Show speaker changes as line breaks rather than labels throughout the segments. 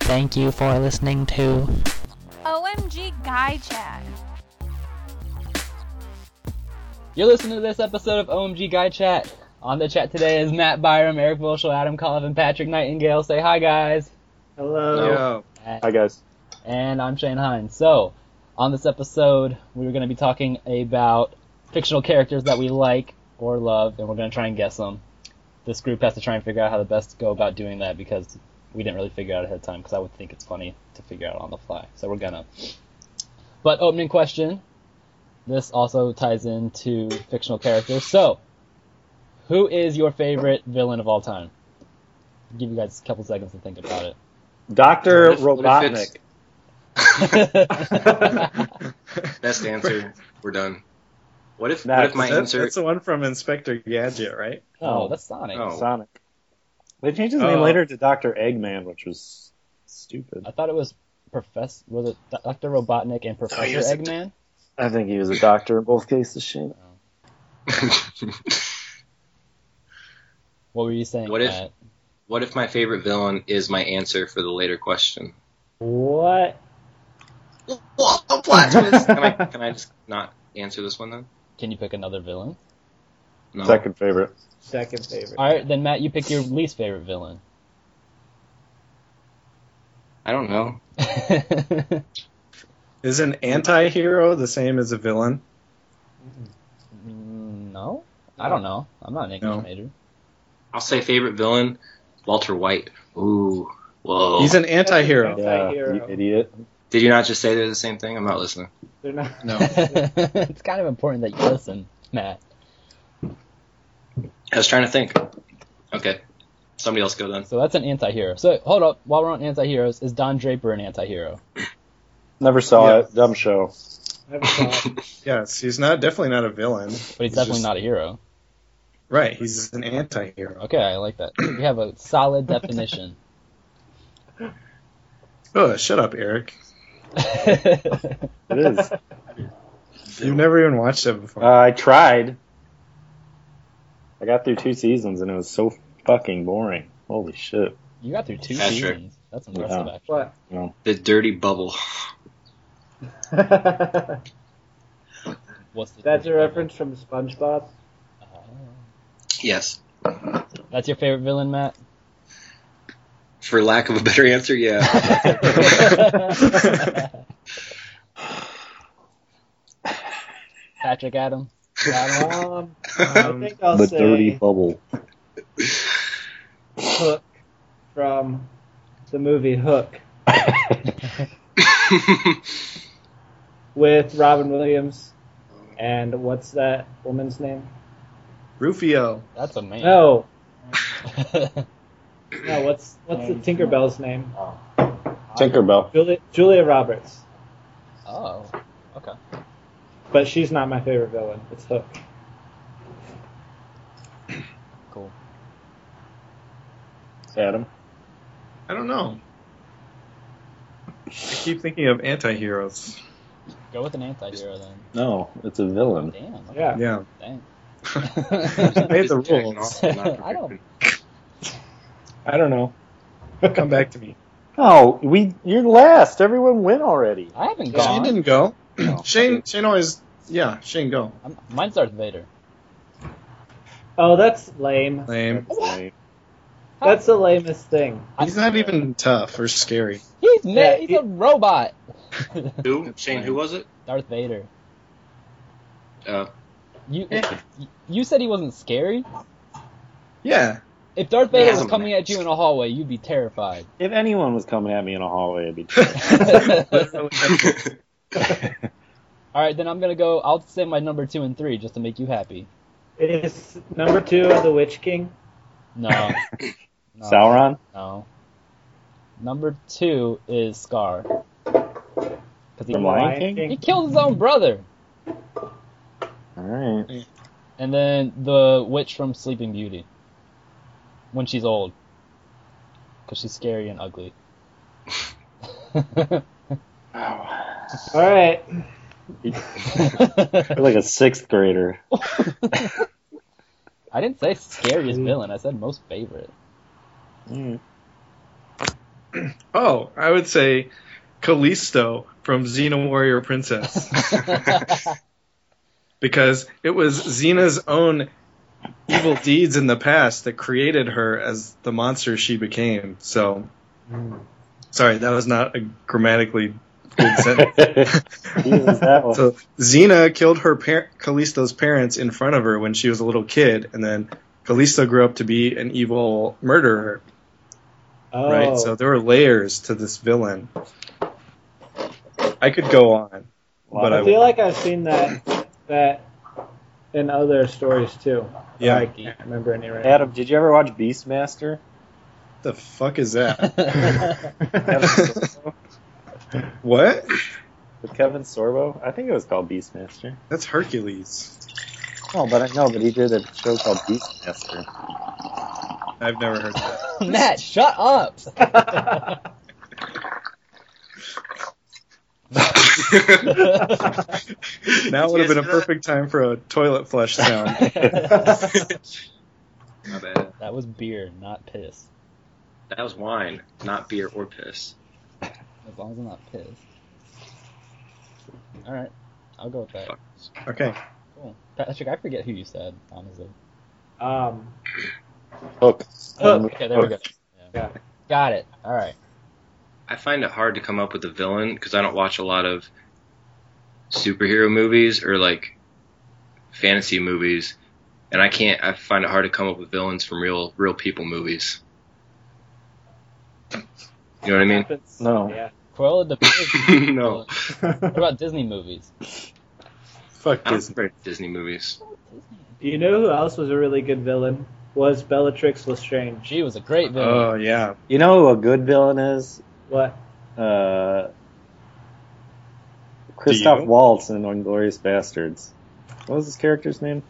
thank you for listening to
OMG Guy Chat.
You're listening to this episode of OMG Guy Chat. On the chat today is Matt Byram, Eric Wilshel, Adam Collins, and Patrick Nightingale. Say hi, guys.
Yo.
Hi guys.
And I'm Shane Hines. So, on this episode, we were going to be talking about fictional characters that we like or love, and we're going to try and guess them. This group has to try and figure out how the best to go about doing that because we didn't really figure out ahead of time because I would think it's funny to figure out on the fly. So we're gonna. But opening question. This also ties into fictional characters. So, who is your favorite villain of all time? give you guys a couple seconds to think about it.
Doctor
What if- what if
Robotnik.
it's-
Best answer. We're done. What if what
That's-
if my
That-
answer
That's the one from Inspector Gadget, right?
Oh, that's Sonic.
Oh.
Sonic. They changed his name
Oh.
later to Doctor Eggman, which was stupid.
I thought it was Professor. Was it Doctor Robotnik and Professor
he was a-
Eggman?
I think he was a doctor in both cases. Shane.
What were you saying?
What if-
Matt?
what if my favorite villain is my answer for the later question?
What?
What the plot twist? Can I can I just not answer this one then?
Can you pick another villain?
No.
Second favorite.
Second favorite.
All right, then Matt, you pick your least favorite villain.
I don't know.
Is an anti-hero the same as a villain?
no, I don't know. I'm not an English
No.
major.
I'll say favorite villain, Walter White. Ooh. Whoa.
He's an anti-hero.
Yeah,
Anti-hero.
you idiot.
Did you not just say they're the same thing? I'm not listening.
They're not.
No.
it's kind of important that you listen, Matt.
I was trying to think. Okay. Somebody else go then.
So that's an anti-hero. So hold up, while we're on anti-heroes, is Don Draper an anti-hero?
Never saw
Yeah.
it. Dumb show.
Never saw it.
Yes, he's not definitely not a villain.
But he's,
He's
definitely
just-
not a hero.
Right, he's an anti-hero.
Okay, I like that. We have a solid definition.
Oh, shut up, Eric.
It is.
You've never even watched it before.
Uh, I tried. I got through two seasons and it was so fucking boring. Holy shit.
you got through two
That's true.
seasons. That's impressive,
Yeah.
actually.
What?
The dirty bubble.
What's the
That's a reference from SpongeBob.
Yes.
Uh-huh. That's your favorite villain, Matt.
For lack of a better answer, yeah.
Patrick Adam.
Um, I
Um,
think I'll
the
say
dirty bubble.
Hook from the movie Hook with Robin Williams and what's that woman's name?
Rufio.
That's a man.
No, no. What's what's the Tinkerbell's name?
Oh.
Tinkerbell.
Julia, Julia Roberts.
oh. Okay.
But she's not my favorite villain. It's Hook.
Cool.
Adam.
I don't know. I keep thinking of anti-heroes.
Go with an anti-hero then.
No, it's a villain.
Damn. Okay,
Yeah.
Yeah.
Dang.
Made the
Just checking
rules.
off, not
I don't-
I don't know. Come back to me.
Oh, we you're last. Everyone win already.
I
Shane
haven't gone.
didn't go.
No.
Shane. Shane always. Yeah. Shane go.
I'm, mine's Darth Vader.
Oh, that's lame.
Lame.
That's the lamest thing.
He's not even tough or scary.
He's ma-
Yeah,
he's
he-
a robot.
Who? Shane, who was it?
Darth Vader.
Uh,
You you said he wasn't scary.
Yeah.
If Darth
He
Vader
has
was
a
coming
mask.
at you in a hallway, you'd be terrified.
If anyone was coming at me in a hallway, it'd be
All
I
right, then I'm gonna go. I'll say my number two and three just to make you happy.
Is number two of the Witch King?
No. no
Sauron.
No. Number two is Scar. Because he,
From Lion
Lion
King?
King?
he killed his own brother.
All right.
And then the witch from Sleeping Beauty. When she's old. Because she's scary and ugly.
All right.
You're like a sixth grader.
I didn't say scariest villain, I said most favorite.
Oh, I would say Callisto from Xena Warrior Princess because it was Xena's own evil deeds in the past that created her as the monster she became. So, sorry, that was not a grammatically good sentence.
Jesus, that one.
So Xena killed her par- Callisto's parents in front of her when she was a little kid, and then Callisto grew up to be an evil murderer.
Oh,
Right. So there were layers to this villain. I could go on, but I,
Oh, I feel like I've seen that that in other stories too. but
yeah.
I can't remember any right.
Adam, did you ever watch Beastmaster?
What the fuck is that?
Kevin Sorbo?
what?
With Kevin Sorbo? I think it was called Beastmaster.
That's Hercules.
No, but I know, but he did a show called Beastmaster.
I've never heard that.
Matt, shut up.
Now would have been a
Yes, uh,
perfect time for a toilet flush sound.
My bad.
that was beer, not piss.
That was wine, not beer or piss.
As long as I'm not pissed. All right, I'll go with that.
Fuck.
Okay.
Cool. Patrick, I forget who you said. Honestly.
Um,
Hook.
Oh, okay, there we go.
Yeah.
Got it. All right.
I find it hard to come up with a villain because I don't watch a lot of superhero movies or like fantasy movies, and I can't. I find it hard to come up with villains from real real people movies. You know what I mean?
happens-
No.
Yeah.
Cruella de Vil.
No.
What about Disney movies?
Fuck
I don't
Disney.
remember Disney movies.
You know who else was a really good villain? Was Bellatrix Lestrange.
She was a great villain.
Oh yeah.
You know who a good villain is?
What?
Uh, Christoph
you?
Waltz in Inglorious Bastards. What was his character's name?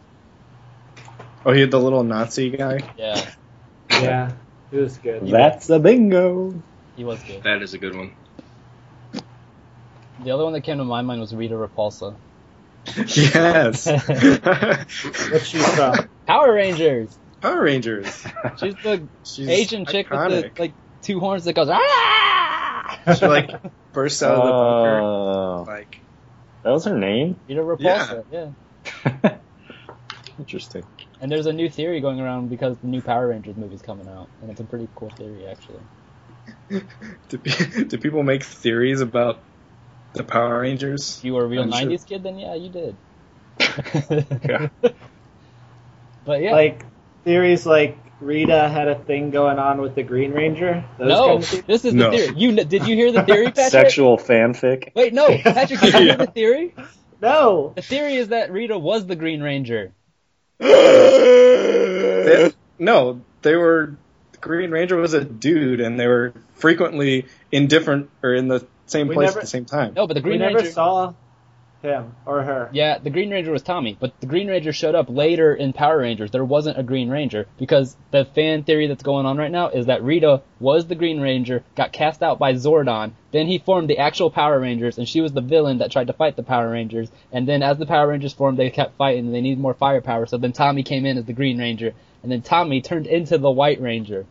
Oh, he had the little Nazi guy.
yeah,
Yeah, he was good.
That's a bingo.
he was good.
That is a good one.
The other one that came to my mind was Rita Repulsa.
Yes.
What's she from?
Power Rangers.
Power Rangers.
She's the
She's
Asian chick with
iconic.
the like two horns that goes. "Ah!"
She like bursts out of the bunker.
Oh,
Like
that was her name.
Rita Repulsa. yeah.
Interesting.
And there's a new theory going around because the new Power Rangers movie's coming out, and it's a pretty cool theory actually.
do, pe- do people make theories about the Power Rangers?
If you were a real
I'm sure-
'90s kid, then yeah, you did.
Yeah.
But yeah,
Like theories like Rita had a thing going on with the Green Ranger. Those
no,
kind of things?
this is
No.
the theory. You kn- did you hear the theory, Patrick?
Sexual fanfic.
Wait, no, Patrick, did you hear
Yeah.
the theory?
no.
The theory is that Rita was the Green Ranger.
They- no, they were. The Green Ranger was a dude, and they were frequently in different or in the same
We
place
never-
at the same time.
No, but the Green
we never
Ranger.
saw him or her.
Yeah, the Green Ranger was Tommy, but the Green Ranger showed up later in Power Rangers. There wasn't a Green Ranger because the fan theory that's going on right now is that Rita was the Green Ranger, got cast out by Zordon, then he formed the actual Power Rangers, and she was the villain that tried to fight the Power Rangers. And then as the Power Rangers formed, they kept fighting, and they needed more firepower, so then Tommy came in as the Green Ranger, and then Tommy turned into the White Ranger.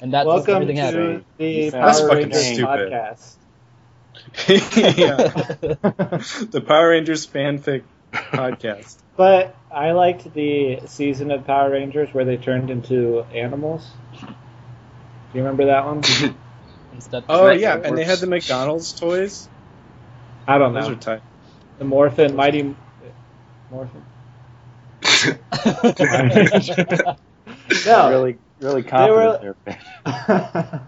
And that's how
Welcome
everything
to
happened.
the
That's
Power
fucking
Rangers
stupid.
podcast.
Yeah. the Power Rangers fanfic podcast.
But I liked the season of Power Rangers where they turned into animals. Do you remember that one?
Instead-
Oh
Right,
yeah,
it
and they
works.
had the McDonald's toys.
I don't
Those are
know.
tight.
The Morphin, Mighty Morphin. No,
Really, really confident. there.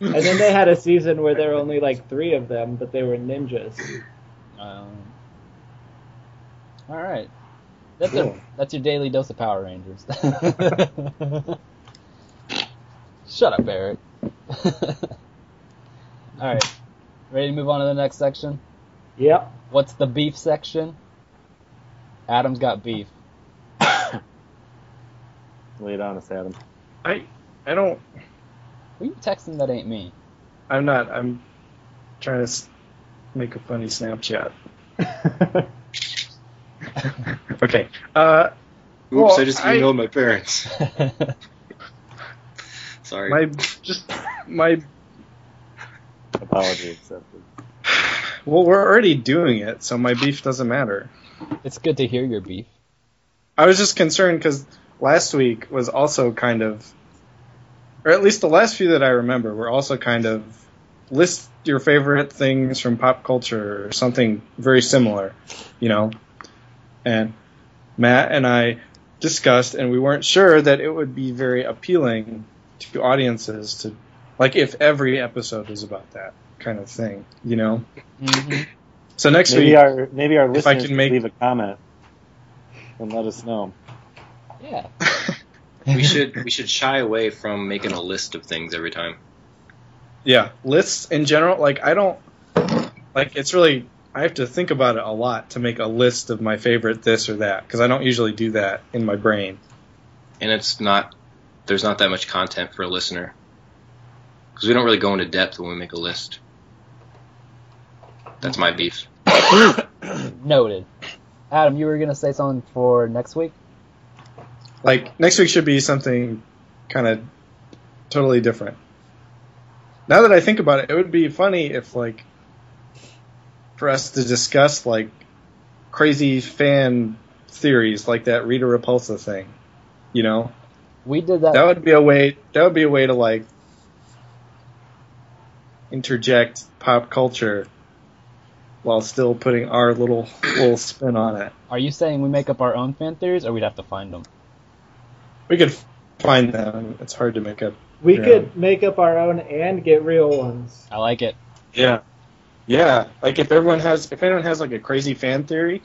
and then they had a season where there were only like three of them, but they were ninjas.
Um, all right. That's
Cool.
a, that's your daily dose of Power Rangers. Shut up, Eric. all right. Ready to move on to the next section?
Yep.
What's the beef section? Adam's got beef.
Lay it on us, Adam.
I I don't.
Who you texting that ain't me?
I'm not. I'm trying to s- make a funny Snapchat. okay. Uh,
Oops,
Well,
I just
I-
emailed my parents.
All
Sorry.
my just my
Apology accepted.
Well, we're already doing it, so my beef doesn't matter.
It's good to hear your beef.
I was just concerned because last week was also kind of, or at least the last few that I remember were also kind of list your favorite things from pop culture or something very similar, you know. And Matt and I discussed, and we weren't sure that it would be very appealing to audiences to, like, if every episode was about that kind of thing, you know. So next
Maybe
week,
our maybe our
If I
listeners
can
can
make-
leave a comment and let us know.
Yeah.
We should we should shy away from making a list of things every time.
yeah lists in general like i don't like it's really i have to think about it a lot to make a list of my favorite this or that because i don't usually do that in my brain
and it's not there's not that much content for a listener because we don't really go into depth when we make a list. That's my beef.
Noted. Adam, you were gonna say something for next week?
like next week should be something kind of totally different now that i think about it it would be funny if like for us to discuss like crazy fan theories like that rita repulsa thing you know
We did that.
that would be a way that would be a way to like interject pop culture while still putting our little little spin on it
Are you saying we make up our own fan theories, or we'd have to find them?
we could find them it's hard to make up
We
Yeah.
could make up our own and get real ones.
I like it.
yeah yeah like if everyone has if anyone has like a crazy fan theory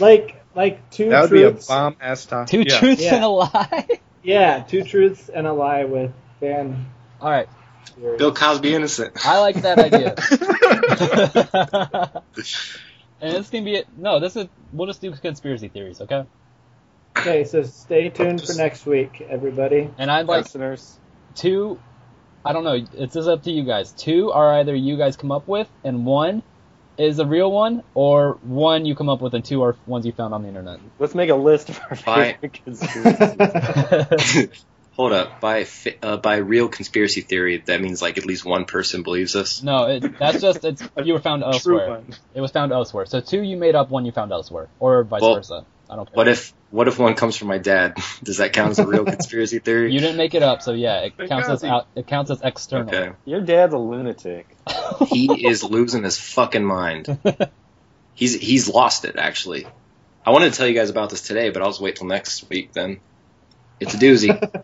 Like like two
that would be a
truths.
bomb ass topic
Two
yeah.
truths
Yeah.
and a lie.
Yeah, two truths and a lie with fan
All right,
theory.
Bill Cosby innocent.
I like that idea. and this can be it. No, this is. We'll just do conspiracy theories, okay?
Okay, so stay tuned for next week, everybody.
And I'd like
listeners.
two. I don't know. It's just up to you guys. Two are either you guys come up with, and one is a real one, or one you come up with, and two are ones you found on the internet.
Let's make a list of our
Fine.
favorite conspiracies.
Hold up, by fi- uh, by real conspiracy theory, that means like at least one person believes us.
no, it, that's just it's you were found
true
elsewhere.
one
It was found elsewhere. So two you made up, one you found elsewhere, or vice
Well,
versa. I don't care.
What if what if one comes from my dad? Does that count as a real conspiracy theory?
you didn't make it up? So yeah, it
Thank
counts
God
as
he-
out. It counts as external.
Okay,
Your dad's a lunatic.
he is losing his fucking mind. He's he's lost it actually. I wanted to tell you guys about this today, but I'll just wait till next week then. It's a doozy.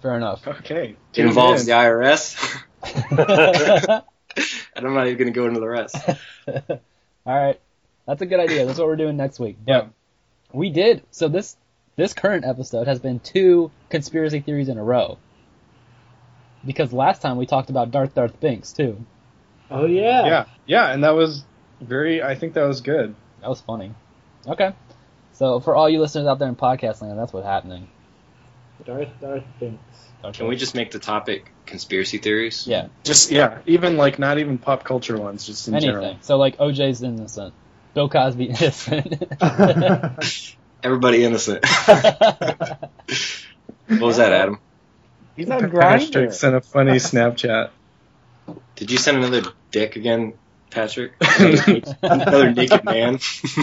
Fair enough.
okay
It
Tune
involves
in.
the IRS. and I'm not even going to go into the rest.
All right, that's a good idea. That's what we're doing next week. But we did. So this this current episode has been two conspiracy theories in a row. Because last time we talked about Darth Darth Binks too.
Oh yeah.
yeah yeah and that was very i think that was good
That was funny. Okay. So for all you listeners out there in podcast land, that's what's happening.
Darth Darth Binks.
Can we just make the topic conspiracy theories?
Yeah.
just yeah even like not even pop culture ones just in
Anything.
general
So like OJ's innocent. Bill Cosby innocent.
Everybody innocent. what was that, Adam?
He's not
Patrick
grinding.
sent a funny Snapchat.
Did you send another dick again, Patrick? another naked man?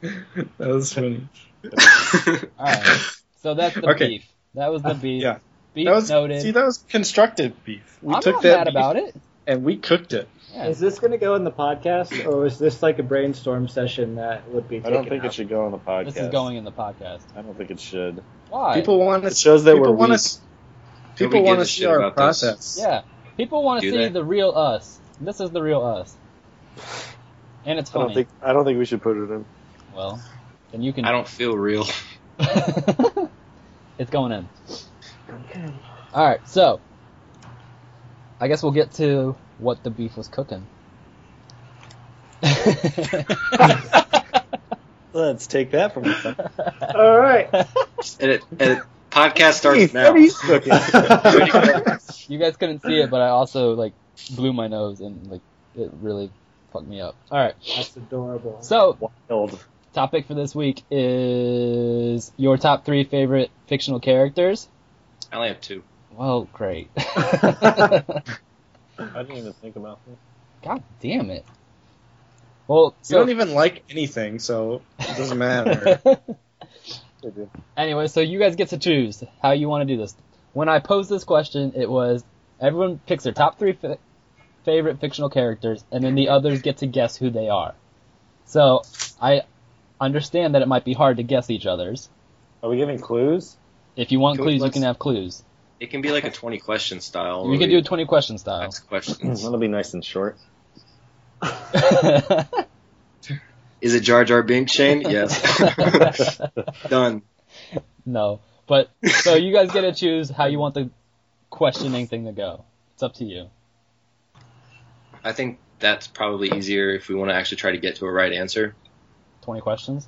that was funny.
all right. So that's the
Okay. Uh,
beef. That was the beef.
Yeah.
Beef
That was
noted.
see that was constructive beef. We
I'm
took
not
that
mad
beef
about it.
and we cooked it.
Yeah.
Is this going to go in the podcast, or is this like a brainstorm session that would be?
I
Taken
don't think it
out?
should go on the podcast.
This is going in the podcast.
I don't think it should.
Why?
People want
It
to
shows that
people
we're
want
weak.
to
Can we
people
give
want
a
to
shit
see our
about this?
process.
Yeah. People want to
Do
see
they?
the real us. This is the real us. And it's
I
funny.
don't think I don't think we should put it in.
Well, then you can.
I don't feel real.
it's going in. All right, so I guess we'll get to what the beef was cooking.
Let's take that from the
All right.
Edit, edit. Podcast starts
Beef,
now.
what are you cooking?
you guys couldn't see it, but I also like blew my nose and like it really fucked me up. All right,
That's adorable.
so
Wild.
topic for this week is your top three favorite fictional characters.
I only have two.
Well, great.
I didn't even think about that.
God damn it. Well,
You
so
don't even like anything, so it doesn't matter.
They did.
anyway, so you guys get to choose how you want to do this. When I posed this question, it was everyone picks their top three fi- favorite fictional characters, and then the others get to guess who they are. So I understand that it might be hard to guess each other's.
Are we giving clues?
If you want
Can we-
clues, you
let's-
can have clues.
It can be like a 20 question style.
You
where
can
we
do a 20 question style.
ask questions.
That'll be nice and short.
Is it Jar Jar Binks, Shane? Yes. Done.
no. But so you guys get to choose how you want the questioning thing to go. It's up to you.
I think that's probably easier if we want to actually try to get to a right answer
20 questions?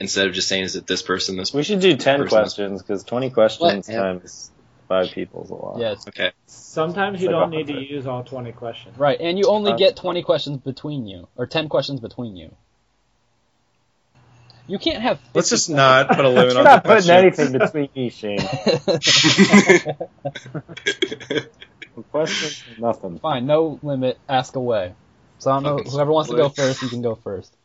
instead of just saying, is it this person, this
We should do 10
Personal.
questions because 20 questions
What?
times five people is a lot.
Yes.
Okay.
Sometimes you
It's like
don't
a
need to
hundred.
use all 20 questions.
Right, and you only
Uh,
get 20 questions between you, or 10 questions between you. You can't have.
Let's just not put a
You're
limit on the
not putting
question.
anything between me, Shane. Questions, nothing.
Fine, no limit, ask away. So I don't know,
Fucking
whoever wants to go
split.
first, you can go first.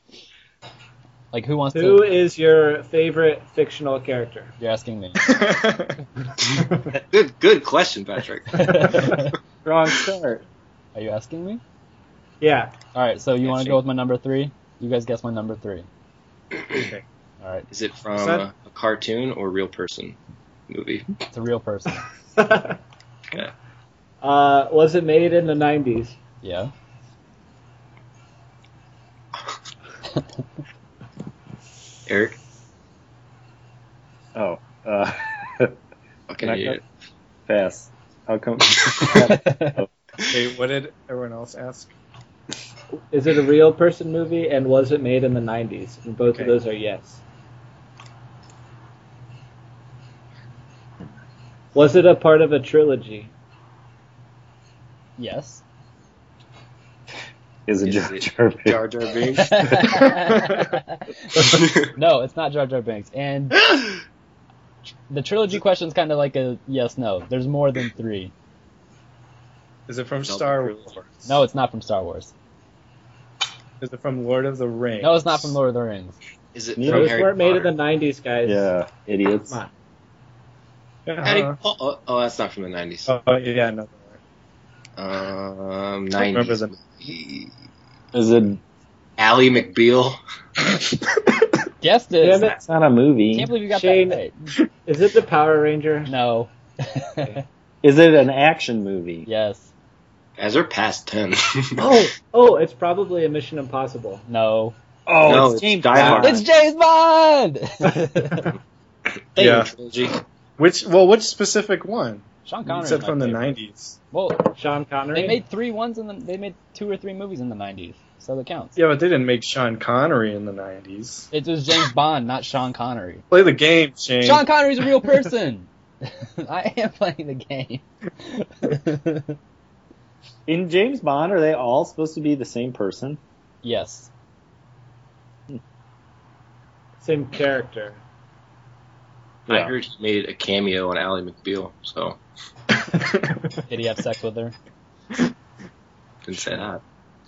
Like, who wants
Who
to.
is your favorite fictional character?
You're asking me.
good good question, Patrick.
Are
Wrong start.
you asking me?
Yeah.
Alright, so you
Yeah,
want to
she-
go with my number three? You guys guess my number three. Alright,
Is it from
Is that-
a, cartoon or real person movie?
it's a real person.
uh, was it made in the 90s?
Yeah?
Eric?
Oh, uh,
Okay.
Can I
yeah.
go? pass. How come?
Okay, what did everyone else ask?
Is it a real person movie? And was it made in the 90s? And both
Okay.
of those are yes. Was it a part of a trilogy?
yes?
Is it
Is
Jar
it
Jar Binks?
Jar Jar Binks?
no, it's not Jar Jar Binks. And the trilogy question's kind of like a yes no. There's more than three.
Is it from
Double
Star
Cruise.
Wars?
No, it's not from Star Wars.
Is it from Lord of the Rings?
No, it's not from Lord of the Rings.
Is it
Neither
from
Those
Harry
weren't made in the
Potter?
90s, guys.
Yeah, idiots.
Come on.
Harry
Yeah.
Po- oh, oh, that's not from the 90s.
Uh-huh. Oh, yeah, no.
Um,
I don't
90s.
remember them.
Is it?
Ally McBeal.
Guessed it.
Damn it.
It's not a movie.
Can't believe you got
Shane.
that right.
Is it the Power Ranger?
No.
Is it an action movie?
yes.
As are past 10.
Oh, oh, it's probably a Mission Impossible.
No.
Oh,
No,
it's
it's
James
Die Hard.
Bond.
It's James Bond.
They
Yeah.
were trilogy.
Which? Well, which specific one?
Sean
You
Connery.
said from the '90s.
Well,
Sean Connery.
they made three ones in the. They made two or three movies in the '90s, so that counts.
Yeah, but they didn't make Sean Connery in the '90s.
It was James Bond, not Sean Connery.
Play the game, Shane.
Sean Connery's a real person. I am playing the game.
In James Bond, are they all supposed to be the same person?
yes.
Same character.
I heard he made a cameo on Ally McBeal, so
Did he have sex with her?
didn't say that.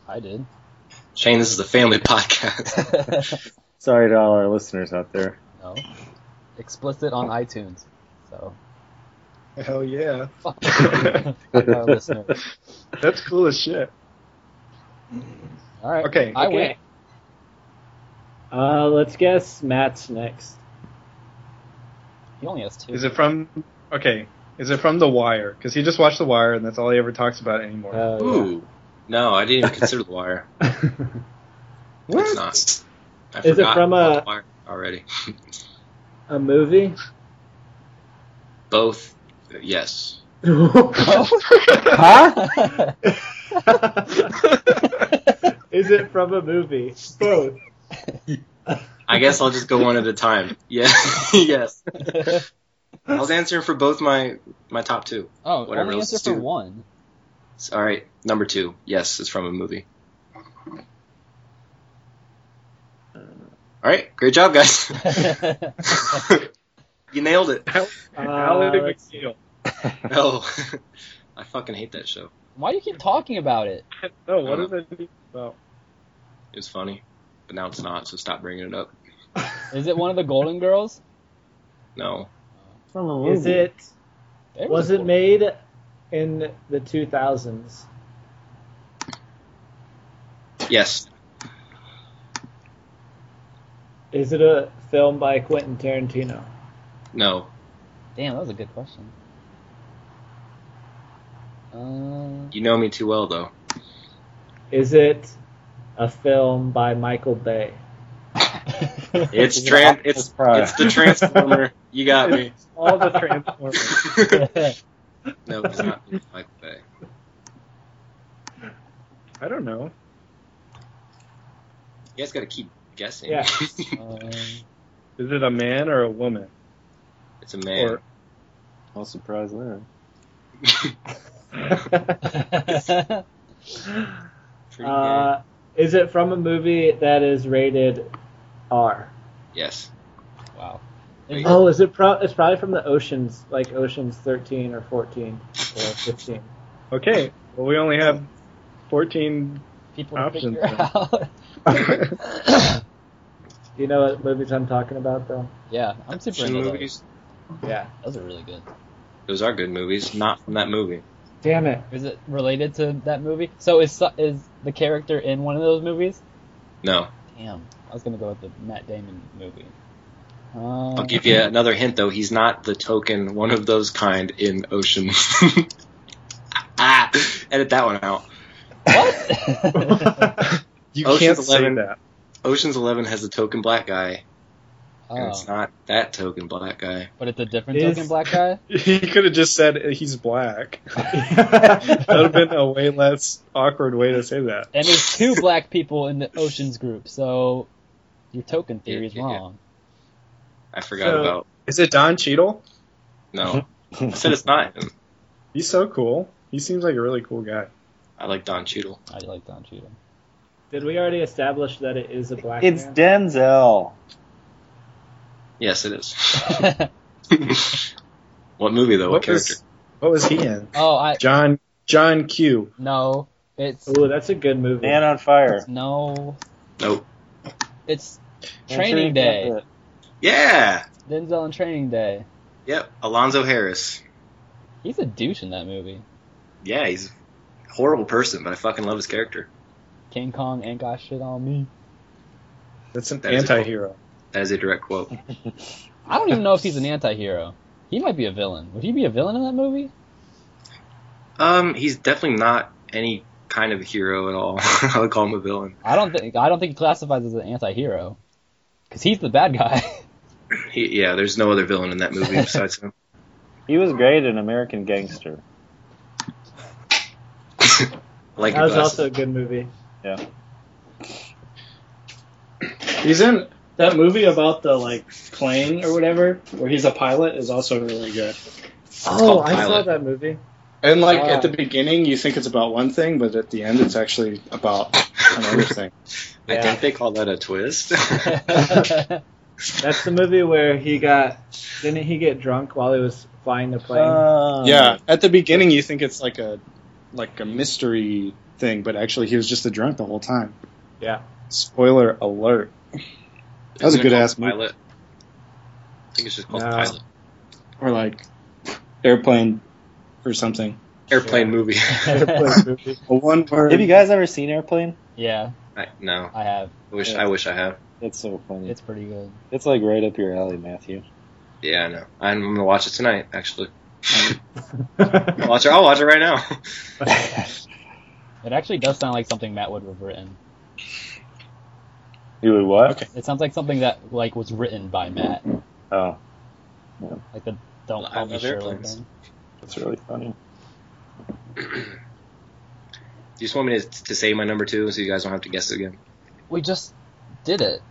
I did.
Shane, this is a family podcast.
Sorry to all our listeners out there.
no. Explicit on iTunes. So
Hell yeah,
fuck our listener.
that's cool as shit.
All right.
Okay.
I
okay.
win.
Uh, let's guess Matt's next.
He only has two.
Is it from? Okay, is it from The Wire? Because he just watched The Wire, and that's all he ever talks about anymore.
Uh,
Ooh. No, I didn't even consider The Wire. It's not. I
Is it
forgot
from uh,
about
a-
The Wire already?
a movie?
Both. Yes.
huh?
Is it from a movie? Both.
I guess I'll just go one at a time. Yeah. yes. I was answering for both my my top two.
oh,
Whatever,
only
let's
answer
just do
for
it.
one.
It's- All right, number two. Yes, it's from a movie. All right, great job, guys. you nailed it.
Uh,
Ally
let's-
McBeal.
No, I fucking hate that show.
Why do you keep talking about it?
No, what is it about?
It's funny, but now it's not. So stop bringing it up.
Is it one of the Golden Girls?
No,
From a
Is it
There
was
a
it
Golden-
made in the 2000s?
yes,
Is it a film by Quentin Tarantino?
no.
Damn, that was a good question. Uh,
You know me too well though.
Is it a film by Michael Bay?
It's
Is it
trans.
Optimus
It's
Prime?
it's the transformer. You got me.
All the Transformers.
no, it's not Michael Bay.
I don't know.
You guys got to keep guessing.
Yeah.
um,
Is it a man or a woman?
it's a man.
Or-
No surprise there.
Pretty
Uh, is it from a movie that is rated R?
good. yes.
wow.
Oh, is it? Pro- it's probably from the Oceans, like Oceans 13 or 14 or 15.
Okay. Well, we only have 14.
People to
Options,
figure
huh?
out.
Do you know what movies I'm talking about, though?
yeah, I'm super
Action
into
movies.
Yeah.
Those. those are really good.
Those are good movies. Not from that movie.
Damn it.
Is it related to that movie? So is Su- is the character in one of those movies?
No.
Damn, I was gonna go with the Matt Damon movie. Um,
I'll give you another hint though. He's not the token one of those kind in Ocean. ah, edit that one out.
Um, what?
You
Ocean's
can't say
Eleven.
that.
Ocean's Eleven has the token black guy, and
oh,
it's not that token black guy.
but it's a different
Is-
token black guy.
He could have just said he's black. that would have been a way less awkward way to say that.
And there's two black people in the Oceans group, so your token theory is
Yeah, yeah, yeah.
wrong.
I forgot
So-
about.
Is it Don Cheadle?
No, I said it's not him.
He's so cool. He seems like a really cool guy.
I like Don Cheadle.
I like Don Cheadle.
Did we already establish that it is a black
It's
man?
Denzel.
Yes, it is. what movie though? What, character?
Was, what was he in?
oh, I
John John Q.
no, it's
Ooh, that's a good movie.
Man on Fire.
no,
Nope.
it's
Anthony
Training Day.
Kidd.
Yeah.
Denzel and Training Day.
Yep. Alonzo Harris.
He's a douche in that movie.
Yeah, he's a horrible person, but I fucking love his character.
King Kong ain't got shit on me.
That's an
That is cool.
anti-hero.
That is a direct quote.
I don't even know if he's an anti-hero. He might be a villain. Would he be a villain in that movie?
Um, he's definitely not any kind of hero at all. I would call him a villain.
I don't think I don't think he classifies as an anti-hero because he's the bad guy.
He, yeah, there's no other villain in that movie besides him.
He was great in American Gangster.
I like
That
your
was
glasses.
also a good movie.
He's in that movie about the like plane or whatever, where he's a pilot, is also really good.
Oh,
called
I saw
Pilot.
that movie.
And like
Wow.
at the beginning, you think it's about one thing, but at the end, it's actually about another thing.
I
Yeah.
think they call that a twist.
That's the movie where he got didn't he get drunk while he was flying the plane?
Um,
yeah, at the beginning, you think it's like a like a mystery thing, but actually, he was just a drunk the whole time.
Yeah.
Spoiler alert. That was a
Isn't it
good ass
called
movie.
pilot. I think it's just called
No.
pilot.
Or like airplane or something.
Airplane movie.
A one word.
Have you guys ever seen Airplane?
yeah,
I, no,
I have.
I wish I wish I have.
It's so funny.
It's pretty good.
It's like right up your alley, Matthew.
Yeah, I know. I'm gonna watch it tonight. Actually, I'll watch it. I'll watch it right now.
It actually does sound like something Matt would have written.
You would what?
Okay.
It sounds like something that like was written by Matt,
Oh,
like the "Don't
I
call me
love
Shirley"
airplanes.
thing.
that's really funny.
Do you just want me to, to say my number two so you guys don't have to guess again?
We just did it.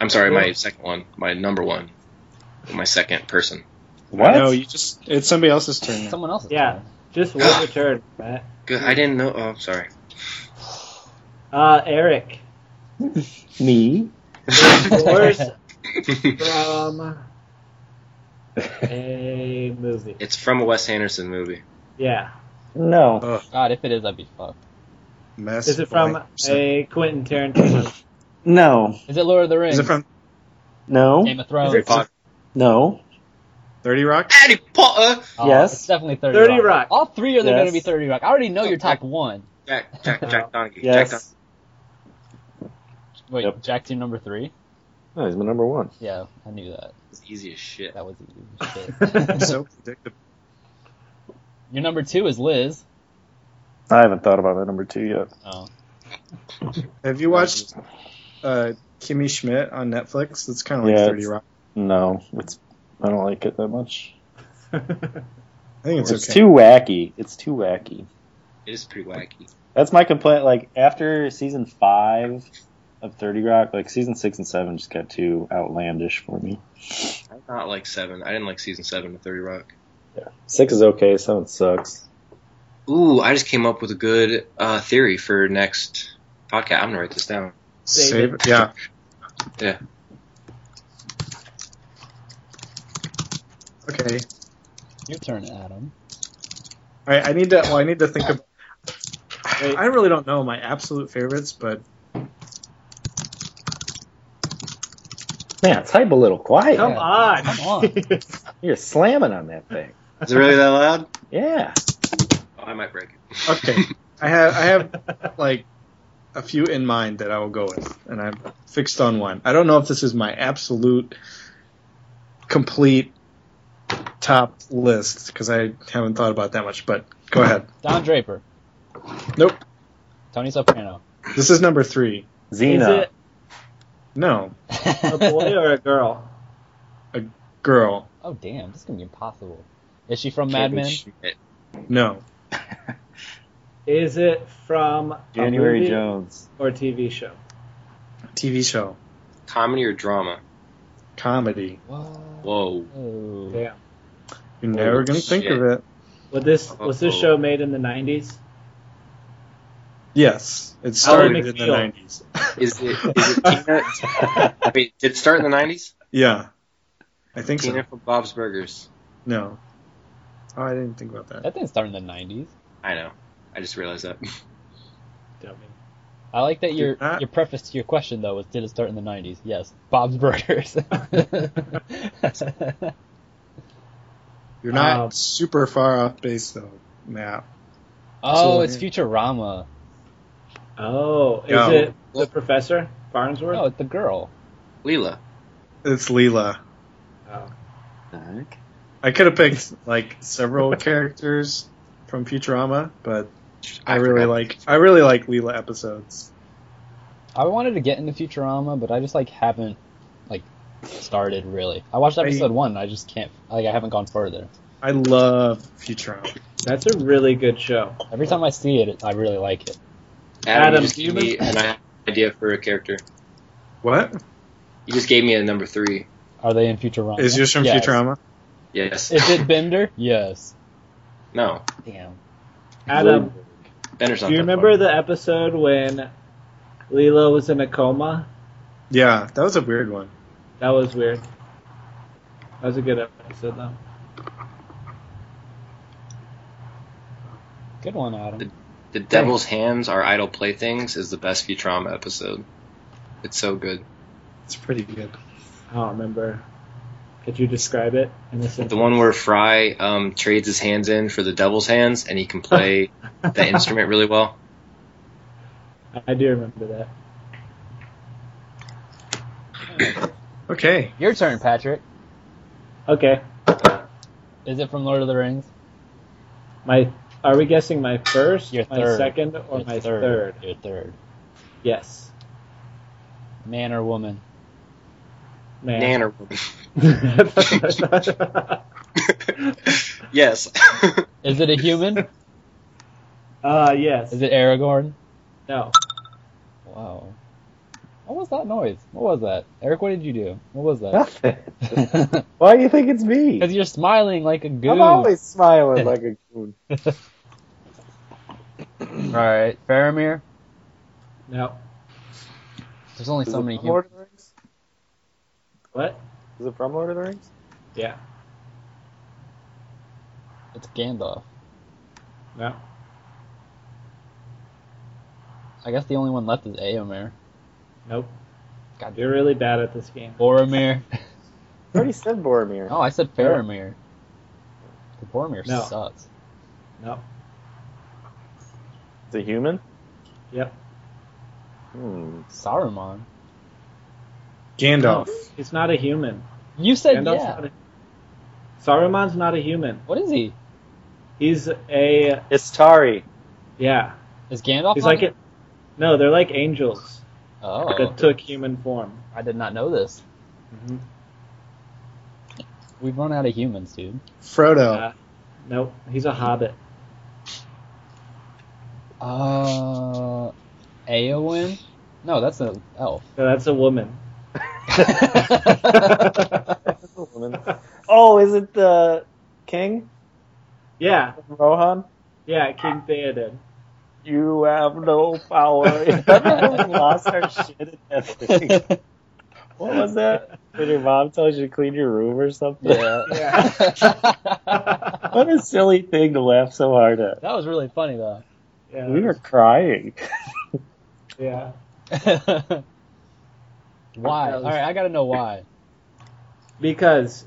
I'm sorry, my second one, my number one, my second person.
What?
No, you just it's somebody else's turn. now.
Someone else's.
Yeah.
turn.
Just one return, Matt.
Good. I didn't know. Oh, sorry.
Uh, Eric.
Me?
Doors from a movie.
it's from a Wes Anderson movie.
Yeah.
No.
Ugh,
God, if it is, I'd be fucked.
massive.
Is it from
blank.
a Quentin Tarantino?
No.
Is it Lord of the Rings?
Is it from
No.
Game of Thrones?
Is it-
Potter.
No.
Thirty Rock?
Harry Potter.
Oh,
Yes.
It's definitely 30,
30 Rock.
All three of them are going to be
Yes.
30 Rock. I already know your top one.
Jack, Jack, Jack Donaghy. Jack
Yes.
Wait,
Yep.
Jack team number three?
No, he's my number one.
Yeah, I knew that.
Donaghy's easy as shit.
That was easy as shit.
so predictable.
your number two is Liz.
I haven't thought about my number two yet.
Oh.
Have you watched uh, Kimmy Schmidt on Netflix? It's kind of like
Yeah,
Thirty
it's-
Rock.
No, it's I don't like it that much.
I think it's,
It's,
okay.
too wacky. It's too wacky.
It is pretty wacky.
That's my complaint. Like after season five of Thirty Rock, like season six and seven just got too outlandish for me.
I not like seven. I didn't like season seven of Thirty Rock.
Six is okay. Seven sucks.
Ooh, I just came up with a good uh, theory for next podcast. I'm gonna write this down.
Save it. Yeah.
Yeah.
Okay.
Your turn, Adam.
All right. I need to. Well, I need to think of.
Wait.
I really don't know my absolute favorites, but
Man, type a little quiet.
Come
Yeah.
on.
Come on.
You're slamming on that thing.
Is it really that loud?
Yeah.
Oh, I might break it.
okay. I have I have like a few in mind that I will go with, and I'm fixed on one. I don't know if this is my absolute complete top list because I haven't thought about that much. But go ahead.
Don Draper.
Nope.
Tony Soprano.
This is number three.
Is
Xena.
it
No, Oh,
a boy or a girl?
girl.
oh, damn. This is going to be impossible. Is she from Mad
Can't be
Men?
shit.
No.
Is it from a
January
movie
Jones.
or TV show?
TV show.
Comedy or drama?
Comedy.
Whoa.
Whoa.
Oh.
Damn.
You're never gonna think of it.
Was this was this
Uh-oh.
show made in the 90s?
Yes, it
Ally
started in the
McBeal.
nineties.
Is it? Is it Tina? Wait, did it start in the '90s?
Yeah, I think so.
Tina from Bob's Burgers.
No. Oh, I didn't think about that.
That didn't start in the 90s.
I know. I just realized that.
Dummy.
I like that your
not.
your preface to your question though was did it start in the '90s? Yes, Bob's Burgers. Oh,
You're not
Um,
super far off base though, Matt.
oh,
So-
it's Futurama.
Oh, is
No.
it the professor Farnsworth?
No, it's the girl.
Leela.
It's Leela.
Oh.
I could have picked like several characters from Futurama, but I really
forgot.
like I really like Leela episodes.
I wanted to get into Futurama, but I just like haven't like started really. I watched
Are you-
episode one. I just can't like I haven't gone further.
I love Futurama.
That's a really good show.
Every time I see it, it I really like it.
Adam,
Adam,
you just
do you
gave me an idea for a character.
What
You just gave me a number three.
Are they in Futurama?
is yours from
Yes.
Futurama?
Yes.
Is it Bender? yes.
no.
Damn.
Adam,
Bender's not
do you
that
remember
far.
the episode when Lilo was in a coma?
Yeah, that was a weird one.
That was weird. That was a good episode though.
Good one, Adam.
The Devil's Hands Are Idle Playthings is the best Futurama episode. It's so good.
It's pretty good.
I don't remember. Could you describe it in a
The
sentence?
one where Fry um, trades his hands in for the Devil's Hands and he can play the instrument really well.
I do remember that.
Okay,
Your turn, Patrick.
Okay,
Is it from Lord of the Rings?
my are we guessing my first,
Your
my
third.
second, or
Your
my third?
Your third.
Yes,
Man or woman?
man.
Nan or
That's what I thought.
yes.
Is it a human?
uh, yes.
Is it Aragorn?
No.
Wow. What was that noise? What was that? Eric, what did you do? What was that?
Nothing. Why do you think it's me?
Because you're smiling like a goon.
I'm always smiling like a goon.
Alright, Faramir.
No.
There's only
Is
so
it
many
from Lord
humans.
of the Rings?
What?
Is it from Lord of the Rings?
Yeah.
It's Gandalf.
No.
I guess the only one left is Aomir.
Nope.
God
You're really bad at this game.
Boromir.
I already said Boromir.
Oh, I said Faramir. 'Cause Boromir
No.
sucks.
Nope.
It's a human?
Yep.
Hmm.
Saruman.
Gandalf.
He's not a human.
You said
Gandalf's
yeah.
not a- Saruman's not a human.
What is he?
He's a
It's Tari.
yeah.
Is Gandalf?
He's
on
like it. No, they're like angels
Oh,
that took human form.
I did not know this.
Mhm.
We've run out of humans, dude.
Frodo.
Uh, nope. He's a hobbit.
Uh, Aowen? No, that's an elf.
No, that's a woman.
It's a woman. Oh, is it the king?
Yeah.
Rohan?
Yeah. King Theoden.
You have no power. Everyone lost our shit at that thing. What was that? When your mom tells you to clean your room or something?
yeah.
Yeah.
What a silly thing to laugh so hard at.
that was really funny though.
yeah.
We were crying.
Yeah.
why?
That was-
All right, I gotta know why.
because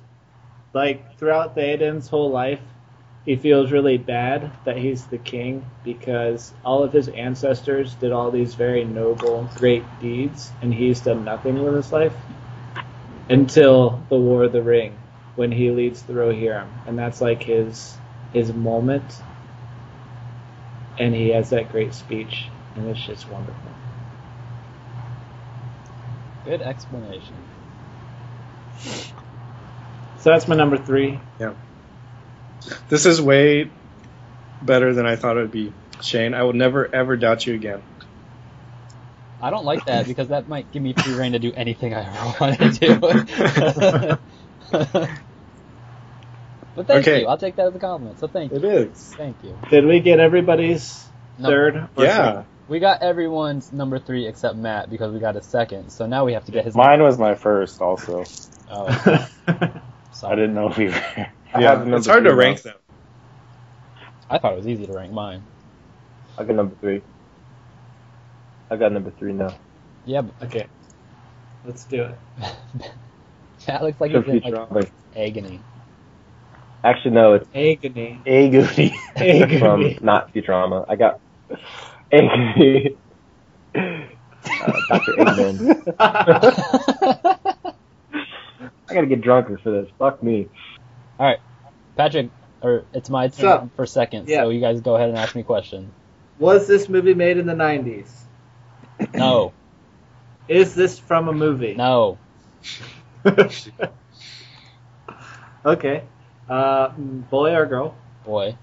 like throughout Theoden's whole life he feels really bad that he's the king because all of his ancestors did all these very noble great deeds and he's done nothing with his life until the war of the ring when he leads the Rohirrim and that's like his his moment and he has that great speech and it's just wonderful
Good explanation.
so that's my number 3
This is way better than I thought it would be, Shane. I will never ever doubt you again.
I don't like that because that might give me free reign to do anything I ever want to do. but thank
Okay.
you. I'll take that as a compliment. So thank you.
is.
Thank you.
did we get everybody's
No.
third or
Yeah.
We got everyone's number three except Matt because we got a second. So now we have to get his.
Mine was my first, also.
Oh,
second?
I
sorry.
didn't know we were. I had
Yeah.
number
It's hard to
three
rank
wrong.
them.
I thought it was easy to rank mine.
I got number three. I got number three now.
Yeah, but
Okay. Let's do it.
Matt looks like
So
he's in like
Futurama.
agony.
Actually, no, it's
Agony.
A Goody from
Agony.
not Futurama. I got A Goody. Uh, Dr. Eggman. I gotta get drunker for this. Fuck me.
Patrick, or it's my turn
Sup?
for second.
Yeah.
So you guys go ahead and ask me questions.
Was this movie made in the 90s?
No,
Is this from a movie?
no.
okay. Uh, boy or girl?
Boy,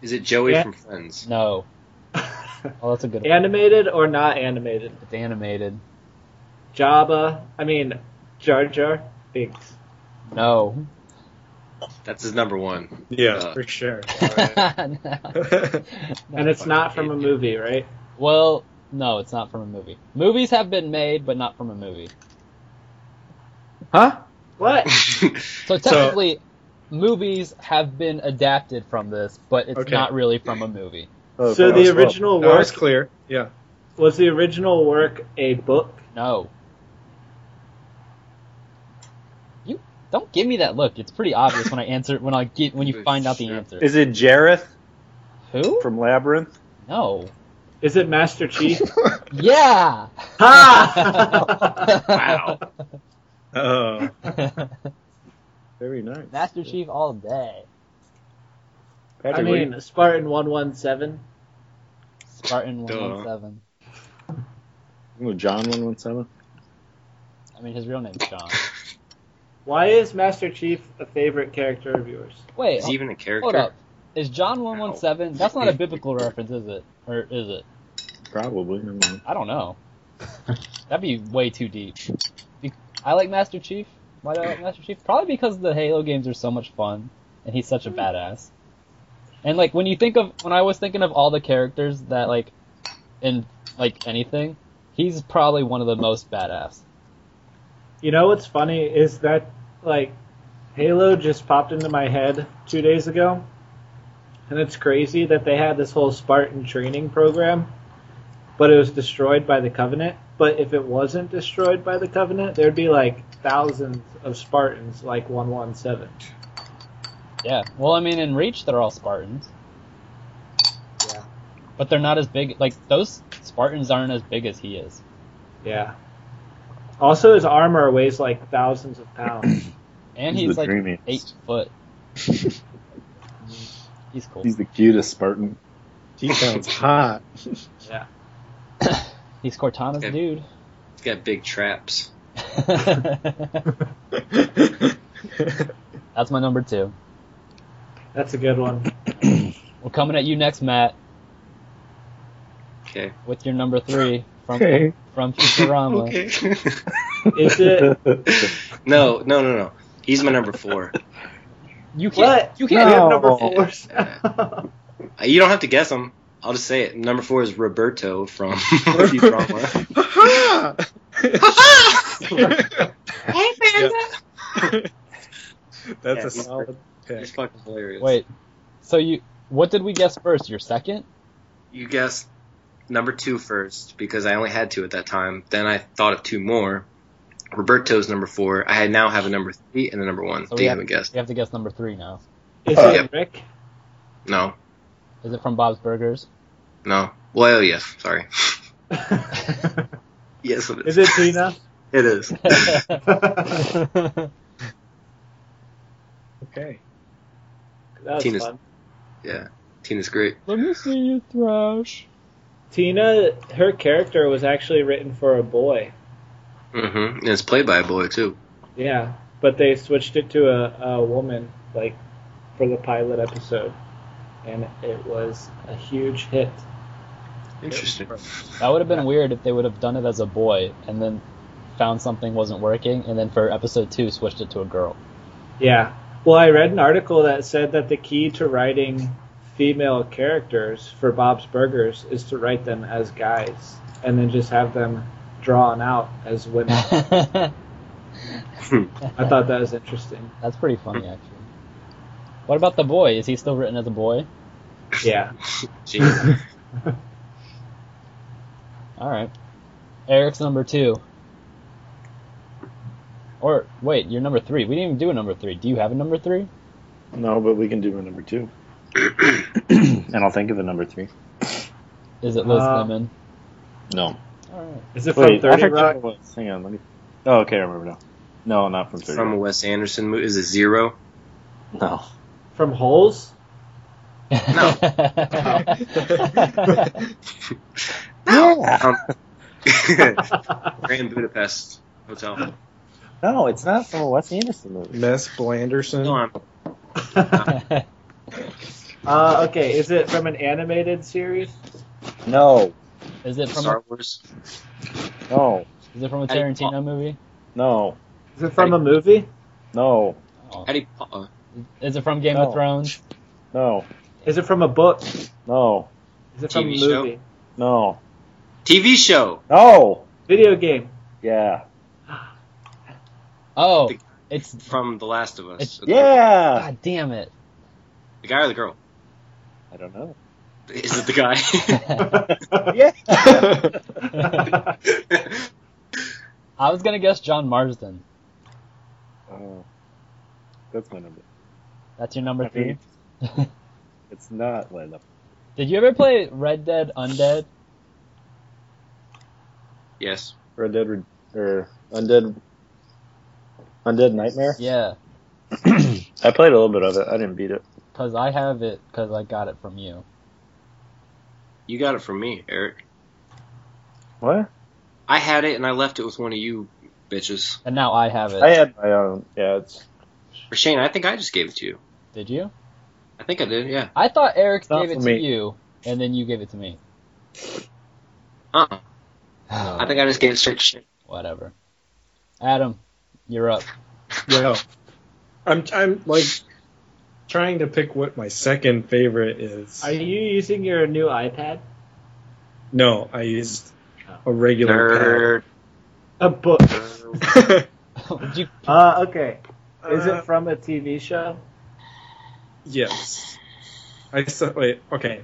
Is it Joey
Yeah.
from Friends?
no. Oh, that's a good one.
animated or not animated?
It's animated.
Jabba, I mean, Jar Jar Binks.
No.
That's his number one.
Yeah,
Uh,
for sure.
And it's not from a movie, right?
well, no, it's not from a movie. Movies have been made, but not from a movie.
Huh? What?
So technically, movies have been adapted from this, but it's
Okay.
not really from a movie.
Oh,
so
but I was
the
wrong.
original
That was
work
clear. Yeah.
was the original work a book?
No. You don't give me that look. It's pretty obvious when I answer when I get when you find out the answer.
Is it Jareth
Who?
from Labyrinth?
No.
Is it Master Chief?
Yeah.
ha!
Wow.
Oh.
Very nice.
Master Chief all day.
I
Patrick, what do you-
mean, Spartan 117.
Spartan
Duh.
117.
Ooh, John one one seven.
I mean, his real name's John.
Why is Master Chief a favorite character of yours?
Wait,
Is he even a character?
hold up. Is John 117? That's not a biblical reference, is it? Or is it?
Probably. never mind.
I don't know. That'd be way too deep. Be- I like Master Chief. Why do I like Master Chief? Probably because the Halo games are so much fun, and he's
Hmm.
such a badass. And like when you think of when I was thinking of all the characters that like in like anything, he's probably one of the most badass.
You know what's funny is that like Halo just popped into my head two days ago, and it's crazy that they had this whole Spartan training program, but it was destroyed by the Covenant. But if it wasn't destroyed by the Covenant, there'd be like thousands of Spartans, like one one seven.
Yeah. Well, I mean, in Reach, they're all Spartans.
Yeah.
But they're not as big. Like those Spartans aren't as big as he is.
Yeah. Also, his armor weighs like thousands of pounds.
And
He's
he's,
the
like
dreamiest.
eight foot. he's cool.
He's the cutest Spartan.
He sounds hot.
yeah.
He's Cortana's
Yeah.
dude.
He's got big traps.
That's my number two.
That's a good one.
We're coming at you next, Matt,
Okay.
with your number three from
Okay.
from Futurama.
Is it?
no, no, no, no. He's my number four.
You can't. You can't
No.
have
Oh.
number four.
You don't have to guess him. I'll just say it. Number four is Roberto from Futurama.
Hey, Panda.
That's
Yeah,
a solid
He's
pick.
fucking hilarious.
Wait. So you, what did we guess first? Your second?
You guessed number two first because I only had two at that time. Then I thought of two more. Roberto's number four. I had now have a number three and a number one.
So
they
we have-
haven't guessed.
You have to guess number three now.
Is
Uh,
it Rick?
No,
Is it from Bob's Burgers?
no. Well, yes. Sorry. yes, it
Is
is.
it Tina?
It is.
That's
Okay.
That was
Tina's-
fun.
Tina's great.
Let me see you thrash.
Tina, her character was actually written for a boy.
hmm And it's played by a boy too.
Yeah, but they switched it to a, a woman, like, for the pilot episode. And it was a huge hit.
Interesting.
That would have been weird if they would have done it as a boy and then found something wasn't working and then for episode two switched it to a girl.
Yeah. Well, I read an article that said that the key to writing female characters for Bob's Burgers is to write them as guys and then just have them drawn out as women.
That's
I thought that was interesting.
pretty funny actually. What about the boy? Is he still written as a boy?
Yeah.
Jeez.
All right. Eric's number two. Or wait, you're number three. We didn't even do a number three. Do you have a number three?
No, but we can do a number two. and I'll think of a number three.
Is it Liz
Uh,
Lemon?
No.
All right.
Is it
Wait,
from
I
30
forgot
Rock?
what it was. Hang on, let me. Oh, okay, I remember now. No, not from 30
From a Wes Anderson movie. Is it zero?
No.
From Holes?
No.
Yeah.
Um,
Uh,
Grand Budapest Hotel.
No, it's not from a Wes Anderson movie.
Mess Blanderson.
No, I'm
Uh, okay, is it from an animated series?
No,
is it from
Star Wars.
no,
is it from a
Eddie Pop-
Tarantino movie?
no,
Is it from a movie?
no,
Oh.
Eddie uh, Paul.
Is it from Game
No.
of Thrones?
no,
Is it from a book?
no,
Is it from
TV
a
show?
movie?
no,
TV show.
no.
Video game.
Yeah,
Oh,
The-
it's
From The Last of Us.
yeah.
God damn it.
The guy or the girl?
I don't know.
Is it the guy?
Yeah.
I was gonna guess John Marsden.
oh, that's my number.
That's your number
I
three.
mean, it's not my number.
Did you ever play Red Dead Undead?
yes.
Red Dead Red- or Undead Undead Nightmare.
Yeah,
I played a little bit of it. I didn't beat it.
cause I have it, cause I got it from you.
You got it from me, Eric.
What?
I had it and I left it with one of you bitches.
And now I have it.
I had my own. Yeah, it's
Or Shane, I think I just gave it to you.
Did you?
I think I did, yeah.
I thought Eric
Not
gave it
for
to
me.
you, and then you gave it to me.
Uh-uh. I think I just gave it straight to Shane.
Whatever. Adam, you're up.
Yo, I'm I'm like trying to pick what my second favorite is.
Are you using your new iPad?
no, I used a
Nerd.
regular.
A book.
pad.
Would you-
Uh, okay. Is
Uh,
it from a TV show?
yes. I still wait. Okay.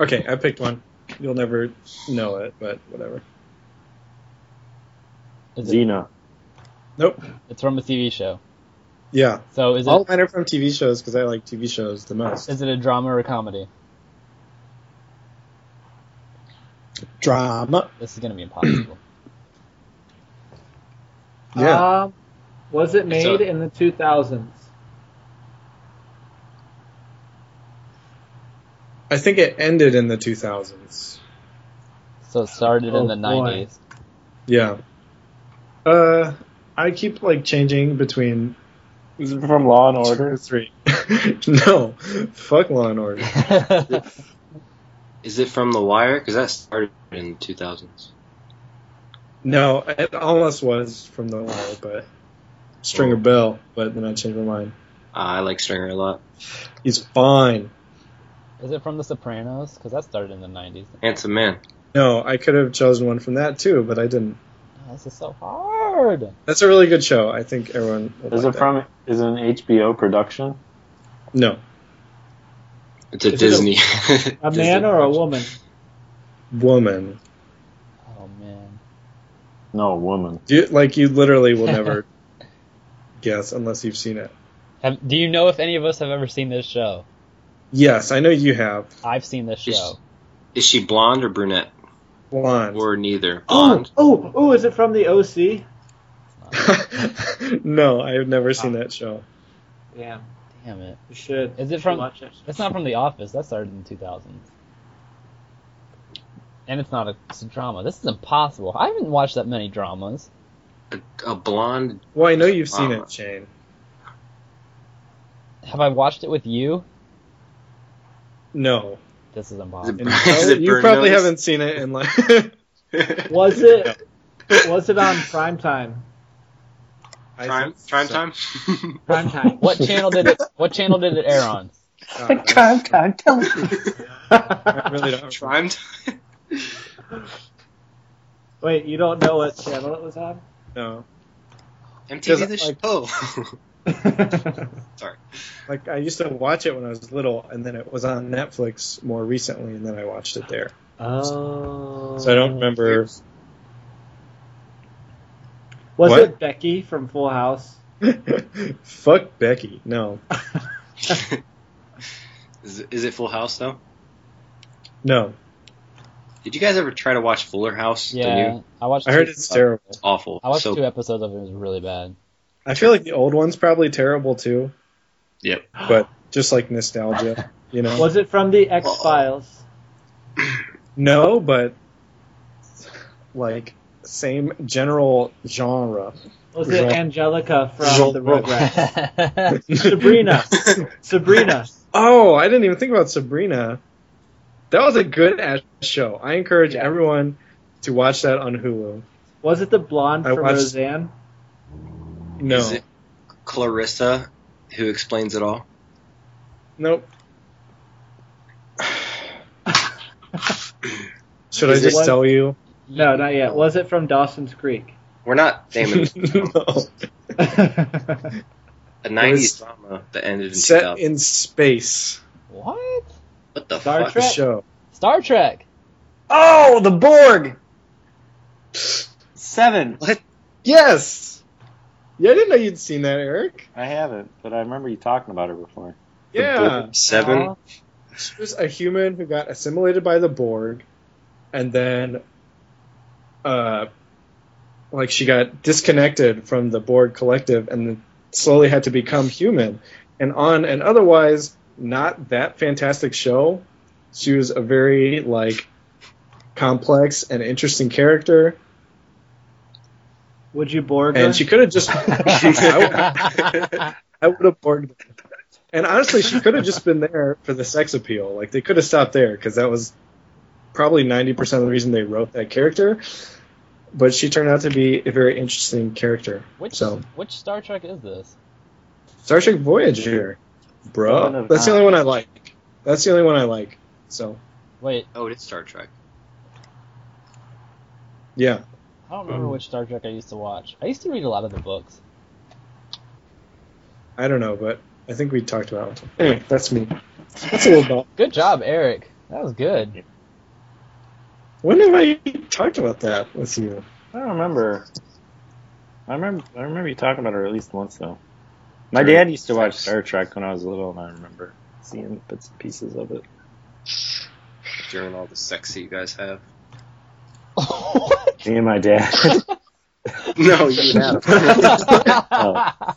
Okay, I picked one. You'll never know it, but whatever.
Is it-
Xena.
Nope.
It's from a TV show.
Yeah.
So is
All
it
mine are from TV shows because I like TV shows the most.
is it a drama or a comedy?
Drama.
This is gonna be impossible.
Yeah.
Um, was it made in the 2000s?
I think it ended in the 2000s.
so it started
Oh,
in the
boy.
nineties.
Yeah. Uh, I keep like changing between
Is it from Law and
two
Order?
or three. no, fuck Law and Order.
Is it from The Wire? Because that started in the 2000s.
No, it almost was from the Wire, but Stringer Bell. But then I changed my mind.
Uh, I like Stringer a lot.
He's fine.
Is it from The Sopranos? Because that started in the nineties.
Handsome man.
No, I could have chosen one from that too, but I didn't.
This is so hard.
That's a really good show. I think everyone. Will
Is
like
it from? Is it an HBO production?
That. No,
It's a
Is it a-
Disney.
A
Disney
man or a woman?
woman.
Oh man.
No, woman.
You, like you literally will never guess unless you've seen it.
Have, do you know if any of us have ever seen this show?
Yes, I know you have.
I've seen this
Yes.
show.
Is she blonde or brunette?
Blonde.
Or neither.
Oh,
Blonde.
oh, oh! Is it from the OC?
no, I have never seen
Ah.
that show.
Yeah,
Damn it.
you should.
Is it from?
Watch it.
It's not from The Office. That started in 2000. And it's not a, it's a drama. This is impossible. I haven't watched that many dramas.
A, a blonde.
Well, I know you've seen
Wow.
it, Shane.
Have I watched it with you?
No,
This is impossible.
And
Is it
you
Burn
probably
Notice?
haven't seen it in like.
Was it? Was it on prime time?
Prime, prime time?
Prime time.
What channel did it? What channel did it air on?
Prime
time
Uh, I really don't.
Prime time?
Wait, you don't know what channel it was on?
No,
MTV the
Because, like-
show. Sorry.
like I used to watch it when I was little, and then it was on Netflix more recently, and then I watched it there.
Oh.
So I don't remember.
Was
What?
it Becky from Full House?
Fuck Becky. No,
is, it- is it Full House though?
no.
Did you guys ever try to watch Fuller House? The
Yeah,
new-
I watched.
I
two-
heard it's terrible.
It's awful.
I watched
so,
two episodes of it. It was really bad.
I feel like the old one's probably terrible too,
Yep.
but just like nostalgia, you know.
Was it from the X Files?
No, but like same general genre.
Was it
Jean-
Angelica from
Jean-
the Rugrats?
I
Sabrina. Sabrina.
Oh, I didn't even think about Sabrina. That was a good ass show. I encourage
Yeah.
everyone to watch that on Hulu.
Was it the blonde
I
from
watched-
Roseanne?
No,
Is it Clarissa who explains it all?
nope. Should I
Is it
just
one-
tell you?
No, not yet. Was it from Dawson's Creek?
We're not naming
no.
a
It
nineties
was
drama that ended in two
Set
thousand.
in space.
What?
What the
Star
fuck?
The
Trek?
show.
Star Trek.
Oh, the Borg. Seven.
Yes. Yeah, I didn't know you'd seen that, Eric.
I haven't, but I remember you talking about her before.
The
Yeah. Uh-huh.
Borg Seven.
Aw.
She was a human who got assimilated by the Borg, and then, uh, like she got disconnected from the Borg collective, and then slowly had to become human. And on an otherwise not that fantastic show, she was a very like complex and interesting character,
Would you Borg her?
and she could have just. I would have Borged. her. And honestly, she could have just been there for the sex appeal. Like they could have stopped there because that was probably ninety percent of the reason they wrote that character. But she turned out to be a very interesting character.
Which
So
which Star Trek is this?
Star Trek Voyager,
Woman
bro.
of
That's the
Time.
only one I like. That's the only one I like. So
Wait,
Oh, it's Star Trek.
yeah,
I don't remember which Star Trek I used to watch. I used to read a lot of the books.
I don't know, but I think we talked about. Anyway, that's me.
That's a little
Good job, Eric. That was good.
When have I talked about that with you?
I don't remember. I remember. I remember you talking about her at least once though. My dad used to watch Star Trek when I was little, and I remember seeing bits and pieces of it.
During all the sex that you guys have.
Me and my dad.
No, you have.
Oh,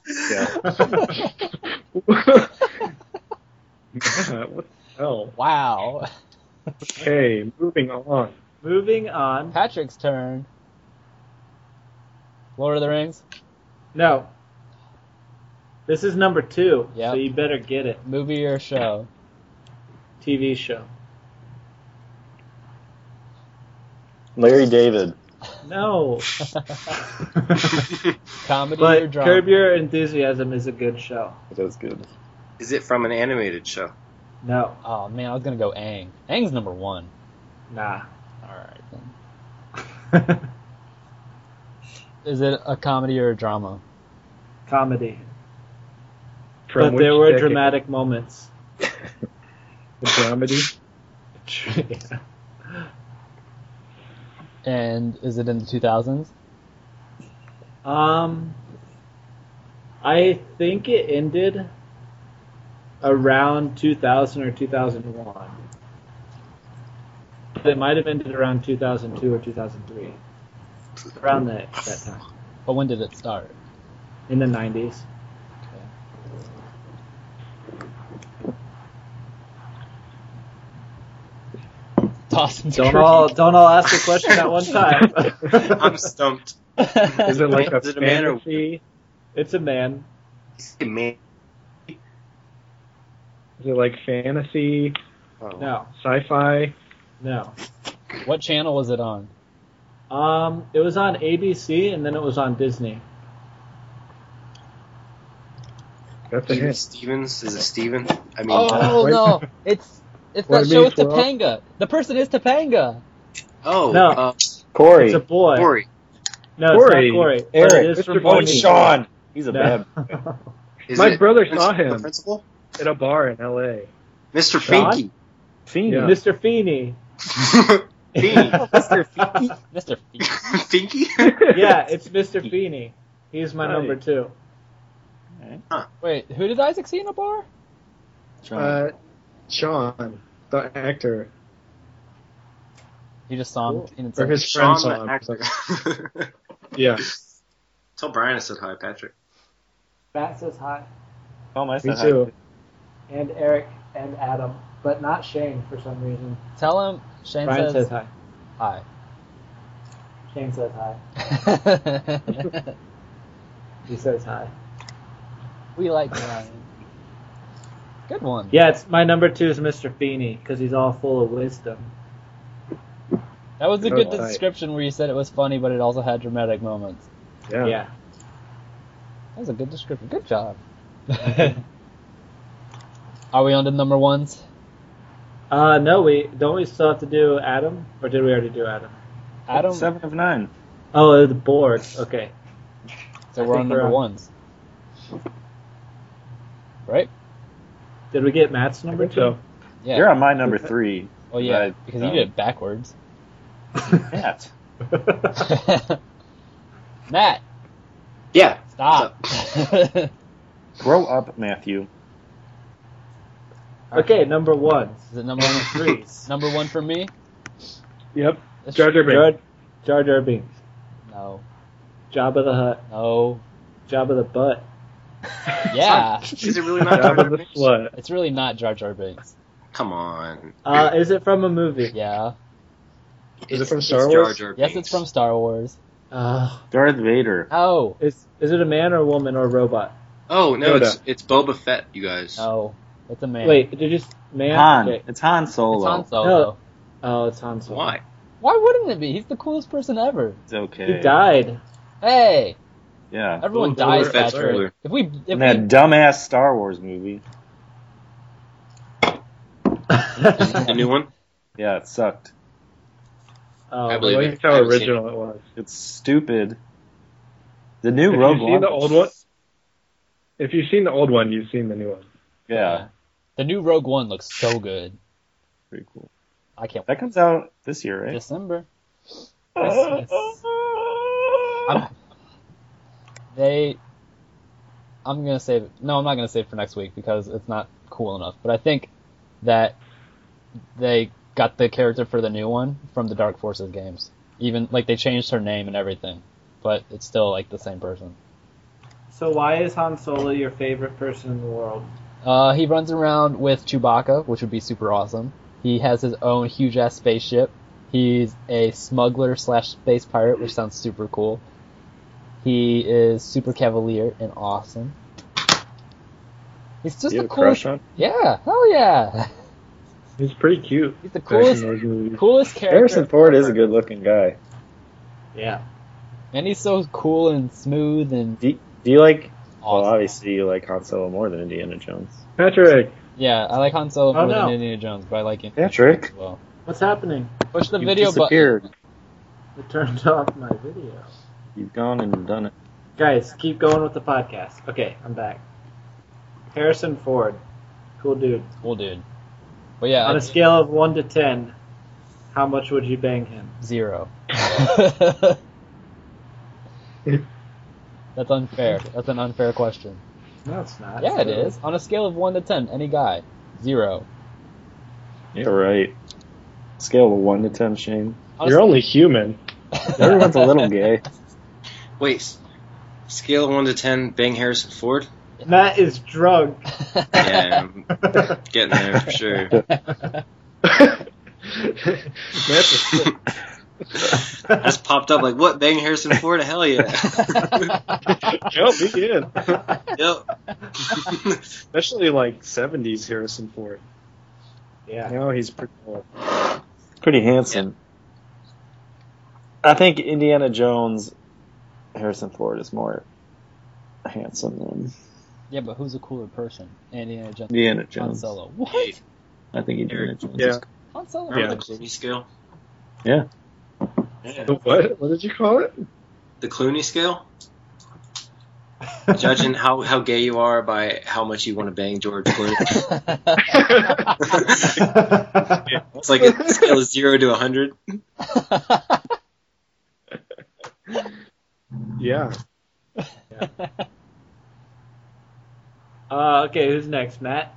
what the hell?
Wow.
Okay, moving on.
Moving on.
Patrick's turn. Lord of the Rings.
No. This is number two,
Yep.
so you better get it.
Movie or show?
TV show.
Larry David.
No.
Comedy or
but
drama?
Curb Your Enthusiasm is a good show.
That's good.
Is it from an animated show?
No.
Oh man, I was gonna go Aang. Aang's number one.
Nah.
All right. Then. Is it a comedy or a drama?
Comedy.
From
but
which
there were
decade?
dramatic moments.
The dramedy.
And is it in the 2000s?
Um, I think it ended around 2000 or 2001. But it might have ended around 2002 or 2003. Around that, that time.
But when did it start?
In the 90s.
Dawson.
Don't all, don't all ask the question at one time.
I'm stumped.
Is it like a
Is it a man or-
fantasy?
it's a man.
Man.
Is it like fantasy,
No,
sci-fi?
no.
What channel was it on?
Um, it was on ABC and then it was on Disney.
That's a
Steven
hint.
Stevens? Is it Steven? I mean, oh,
Oh
wait.
no, it's it's
What
that
do you
show
mean,
with
Squirrel?
Topanga. The person is Topanga.
No.
uh,
Corey.
It's a boy.
Corey.
No,
Corey.
it's not Corey. but
Eric,
it is
Mr.
from
Boney.
Boney.
Sean. He's a
No.
bad.
Is
My
it
brother
the
saw
principal-
him.
Principal?
At a bar in L.A.
Mr.
Sean?
Finky.
Fiend.
Yeah.
Mr. Feeney.
Finky.
Mr. Feet.
Finky?
Yeah, it's Mr. Feeney. He's my
Right.
number two.
Wait, who did Isaac see in a bar?
Uh, Sean, the actor,
He just saw him in
or
inside.
his
Sean
friend
the
saw him.
actor.
Yeah.
Tell Brian I said hi, Patrick.
Matt says hi.
oh my
Me too.
And Eric and Adam. But not Shane for some reason.
Tell him Shane
Brian
says
says hi.
hi.
Shane says hi. He says hi.
we like Brian. Good one.
Yeah, it's my number two is Mr. Feeney because he's all full of wisdom.
That was a good
Alright.
description where you said it was funny, but it also had dramatic moments.
Yeah.
Yeah.
That was a good description. Good job. Are we on to number ones?
Uh, no, we don't. We still have to do Adam, or did we already do Adam?
Adam.
Seven of nine.
Oh, the board. Okay.
So we're
I
on
think
number
we're on.
ones. Right?
Did we get Matt's
I
number
think
two?
so.
Yeah.
You're on my number three.
oh yeah,
Right,
because
um,
you did it backwards.
Matt.
Matt,
Yeah.
stop.
Grow up, Matthew.
Okay, number one.
Is it number one?
Threes.
number one for me?
Yep.
That's-
Jar Jar Binks.
Jar Jar Jar Binks.
No.
Jabba the Hutt.
No.
Jabba the Butt.
Yeah.
Is it really not Jar
Jabba
Jar
the
Binks?
slut.
it's really not Jar Jar Binks.
Come on.
Uh, is it from a movie?
Yeah.
Is it
It's-
from
it's
Star
Jar
Wars?
Jar
Yes,
Binks.
it's from Star Wars.
Uh,
Darth Vader.
Oh.
is is it a man or a woman or a robot?
Oh no,
Yoda.
it's it's Boba Fett, you guys.
No. It's a man.
Wait, did you just man?
Han.
Okay.
It's Han Solo.
It's Han Solo.
No. Oh, it's Han Solo.
Why?
Why wouldn't it be? He's the coolest person ever.
It's okay.
He died.
Hey,
Yeah.
everyone
Ooh,
dies,
Boba Fett's
Patrick.
cooler.
If we, if
In that
we,
dumbass Star Wars movie.
Oh,
The new one?
Yeah, it sucked.
Oh,
I
I
believe it.
like how
I haven't seen
original it was.
It's stupid. The new
If
Rogue
you've seen
One.
the old one, if you've seen the old one, you've seen the new one.
Yeah.
The new Rogue One looks so good.
Pretty cool.
I can't.
That comes out this year, right?
December. Yes, yes. I'm- they. I'm gonna save it. No, I'm not gonna save it for next week because it's not cool enough. But I think that they got the character for the new one from the Dark Forces games. Even like they changed her name and everything, but it's still like the same person.
So why is Han Solo your favorite person in the world?
Uh, he runs around with Chewbacca, which would be super awesome. He has his own huge ass spaceship. He's a smuggler slash space pirate, which sounds super cool. He is super cavalier and awesome. He's just
You
the
have a
coolest.
crush on?
Yeah, hell yeah.
He's pretty cute.
He's the coolest, coolest character,
Harrison Ford is a good looking guy.
Yeah.
and he's so cool and smooth and
Do you, do you like? Well, obviously you like Han Solo more than Indiana Jones.
Patrick.
yeah. I like Han Solo
Oh,
more than
no.
Indiana Jones, but I like him
Patrick.
as well.
What's happening?
Push the
you've
video button.
disappeared.
It turned off my video.
You've gone and done it.
Guys, keep going with the podcast. Okay, I'm back. Harrison Ford, cool dude.
Cool dude. But yeah,
On
I-
a scale of one to ten, how much would you bang him?
Zero. That's unfair. That's an unfair question.
No, it's not.
Yeah, it is. On a scale of 1 to 10, any guy. Zero.
Yeah, right. Scale of one to ten, Shane.
On a
You're
s-
only human.
Everyone's a little gay.
Wait, s- scale of one to ten, bang Harrison Ford.
Matt is drunk.
Yeah, I'm getting there for sure.
That's a-
I just popped up like, what? Bang Harrison Ford? Hell yeah!
Yo, we did.
yep.
Especially like 70s Harrison Ford.
Yeah.
Now he's pretty old.
Pretty handsome. I think Indiana Jones, Harrison Ford is more handsome than
yeah, but who's a cooler person? Indiana Jones.
Indiana
Han
Jones.
Solo. What?
I think Indiana Jones.
Yeah.
Is,
Han Solo.
Remember
Yeah.
the Clooney scale?
Yeah.
Yeah.
The what? What did you call it?
The Clooney scale? Judging how, how gay you are by how much you want to bang George Clooney. it's like a scale of zero to a hundred.
Yeah.
Uh, okay, who's next? Matt.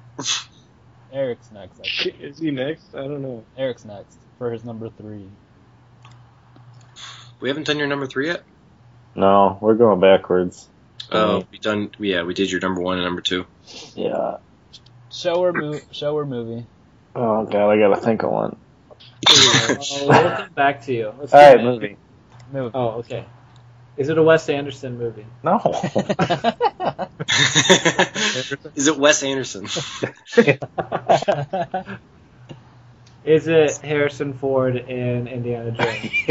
Eric's next. I think.
Is he next? I don't know.
Eric's next for his number three.
We haven't done your number three yet.
No, we're going backwards.
Oh, we done. Yeah, we did your number one and number two.
Yeah.
Show or, mo- show or movie.
Oh god, I gotta think of one.
Oh, we'll come back to you. Let's do
All right,
that.
movie.
Movie.
Oh, okay. Is it a Wes Anderson movie?
No.
Is it Wes Anderson?
Is it Harrison Ford in Indiana Jones?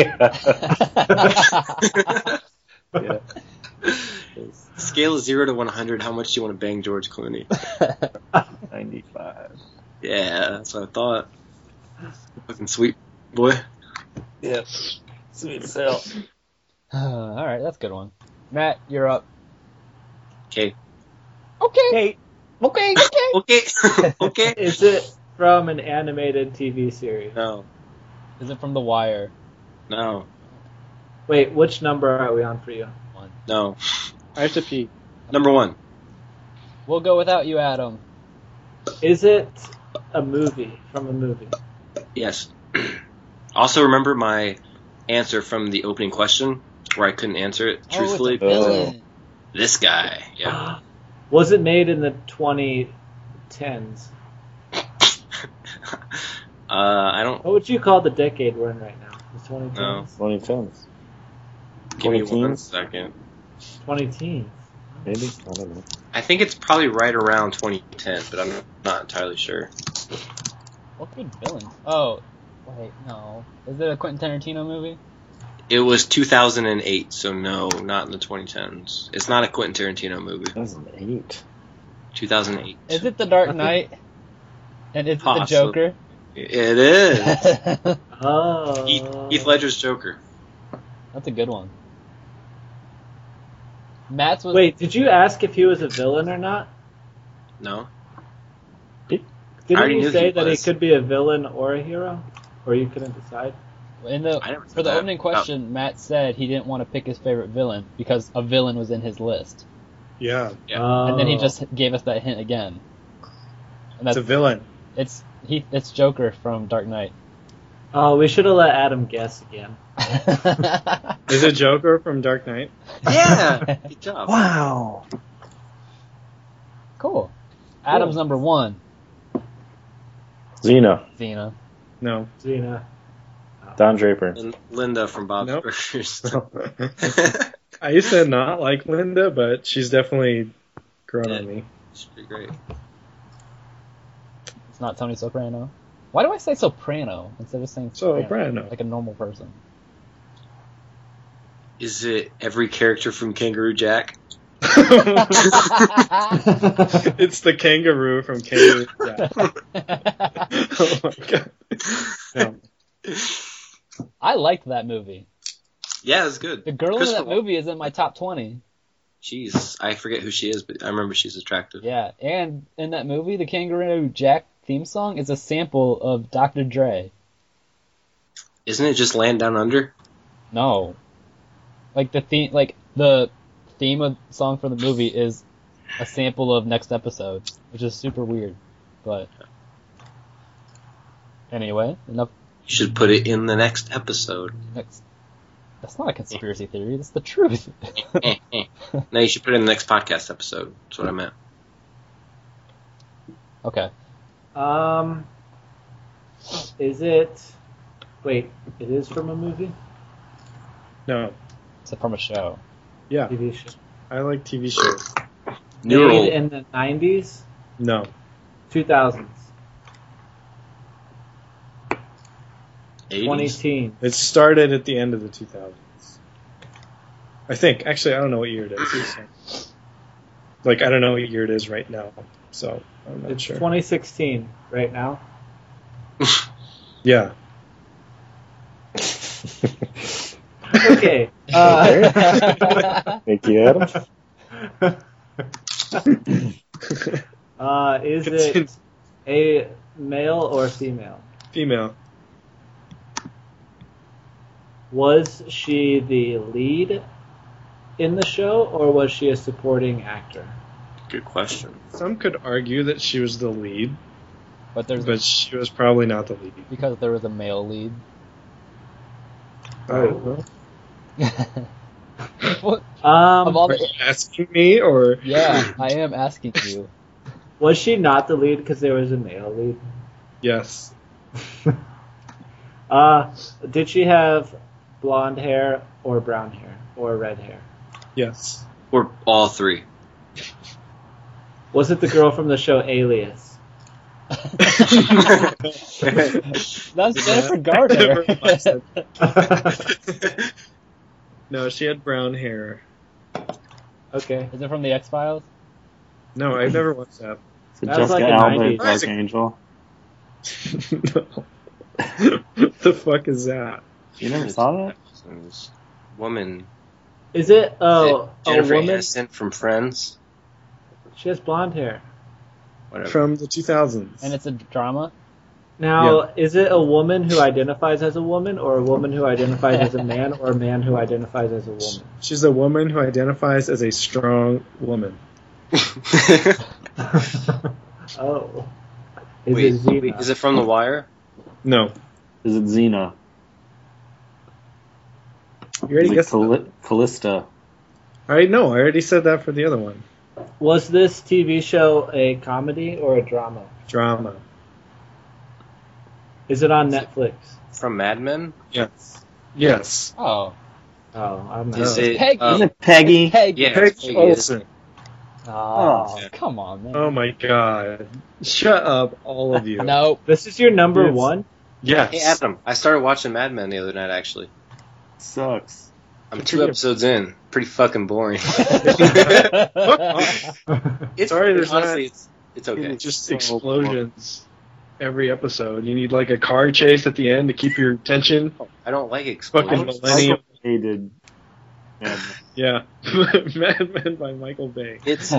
Scale of zero to one hundred. How much do you want to bang George Clooney?
Ninety-five.
Yeah, that's what I thought. Fucking sweet boy.
Yes. Sweet cell.
All right, that's a good one. Matt, you're up.
Okay.
Okay. Okay. Okay.
Okay. okay.
Is it from an animated TV series?
No.
Is it from The Wire?
No.
Wait, which number are we on for you?
No.
I have to pee.
Number one.
We'll go without you, Adam. Oh,
Is it a movie from a movie?
Yes. also, remember my answer from the opening question where I couldn't answer it
Oh, it's a
truthfully.
villain.
this guy. Yeah.
Was it made in the 2010s?
Uh, I don't
What would you call the decade we're in right now? The 2010s?
No.
Twenty tens.
give me
20
one
teens?
second.
2010s.
Maybe. I don't know.
I think it's probably right around 2010, but I'm not entirely sure.
What good villain? Oh, wait, no. Is it a Quentin Tarantino movie?
It was 2008, so no, not in the 2010s. It's not a Quentin Tarantino movie.
That was an eight.
2008.
Is it The Dark Knight? And is it the
Possibly.
Joker?
It is.
That's
Oh.
Heath, Heath Ledger's Joker.
a good one. Matt's was
Wait, did you ask if he was a villain or not?
No.
Didn't you say that he could be a villain or a hero, or you couldn't decide?
In the for the
that.
opening
Oh.
question, Matt said he didn't want to pick his favorite villain because a villain was in his list,
Yeah.
Oh.
and then he just gave us that hint again. And
Oh. It's a villain.
It's he. It's Joker from Dark Knight.
Oh, we should have let Adam guess again.
Is it Joker from Dark Knight?
Yeah. Good job.
Wow.
Cool. Adam's number one.
Xena.
Xena.
No.
Xena.
Don Draper.
And Linda from Bob's Burgers.
I used to not like Linda, but she's definitely grown on me.
She's pretty great.
It's not Tony Soprano. Why do I say soprano instead of saying soprano,
Soprano.
like a normal person?
Is it every character from Kangaroo Jack?
it's the kangaroo from Kangaroo. Jack. oh my god. No.
I liked that movie.
Yeah, it's good.
The girl in that
Christopher-
movie is in my top twenty.
Jeez, I forget who she is, but I remember she's attractive.
Yeah, and in that movie, the Kangaroo Jack theme song is a sample of Dr. Dre.
Isn't it just Land Down Under?
No, like the theme, like the theme of song for the movie is a sample of next episode, which is super weird. But anyway, enough.
You should put it in the next episode.
Next, that's not a conspiracy theory. That's the truth.
Eh, no, you should put it in the next podcast episode. That's what I meant.
Okay.
Um, is it? Wait, it is from a movie.
No.
It's from a show.
Yeah.
TV show.
I like TV shows.
Made in the nineties,
No.
two thousands,
80s.
2010.
It started at the end of the 2000s. I think. Actually, I don't know what year it is. so- Like, I don't know what year it is right now. So, I'm not
It's
sure.
2016 right now.
Yeah.
Okay. Uh,
Thank you, Adam.
uh, is it a male or female?
Female.
Was she the lead in the show, or was she a supporting actor?
Good question.
Some could argue that she was the lead,
but there's
but she was probably not the lead.
because there was a male lead.
I
Oh.
don't know.
What?
Um,
Of all
Are
the-
you asking me or
yeah, I am asking you.
Was she not the lead because there was a male lead?
yes,
Uh, did she have blonde hair or brown hair or red hair?
yes,
Or all three.
Was it the girl from the show Alias?
That's Jennifer Garner.
Never watched it. no, she had brown hair.
Okay.
Is it from the X Files?
No, I've never watched that.
So
That was
Jessica
like a
Alba,
90s.
is Dark Angel.
no. what the fuck is that?
You never saw that?
Woman.
Is it uh, a
Jennifer
woman?
Aniston from Friends.
She has blonde hair.
Whatever.
From the 2000s.
And it's a drama.
Now, is it a woman who identifies as a woman, or a woman who identifies as a man, or a man who identifies as a woman?
She's a woman who identifies as a strong woman.
Oh. Is
wait,
it Xena?
wait, is it from The Wire?
No.
Is it Xena?
You already
Is it
guessed.
Calli- Callista?
I already know. I already said that for the other one.
Was this TV show a comedy or a drama?
Drama.
Is it on Netflix?
From Mad Men?
Yes. Yes.
Oh,
Oh, I'm not.
Is it,
Peggy.
um,
Is it Peggy?
Peggy.
yeah,
Peg
it's Peggy.
Olson.
Oh.
Yeah.
Come on, man.
Oh my god. Shut up, all of you.
no.
This is your number
Yes.
one?
Yes.
Hey, Adam, I started watching Mad Men the other night, actually.
Sucks.
I'm two episodes in. Pretty fucking boring. it's,
Sorry, there's not-
honestly, it's, it's okay.
Just
So-
explosions every episode. You need like a car chase at the end to keep your attention.
I don't like
Fucking
explosions.
millennium.
Hated. Yeah.
Yeah. Mad Men by Michael Bay.
It's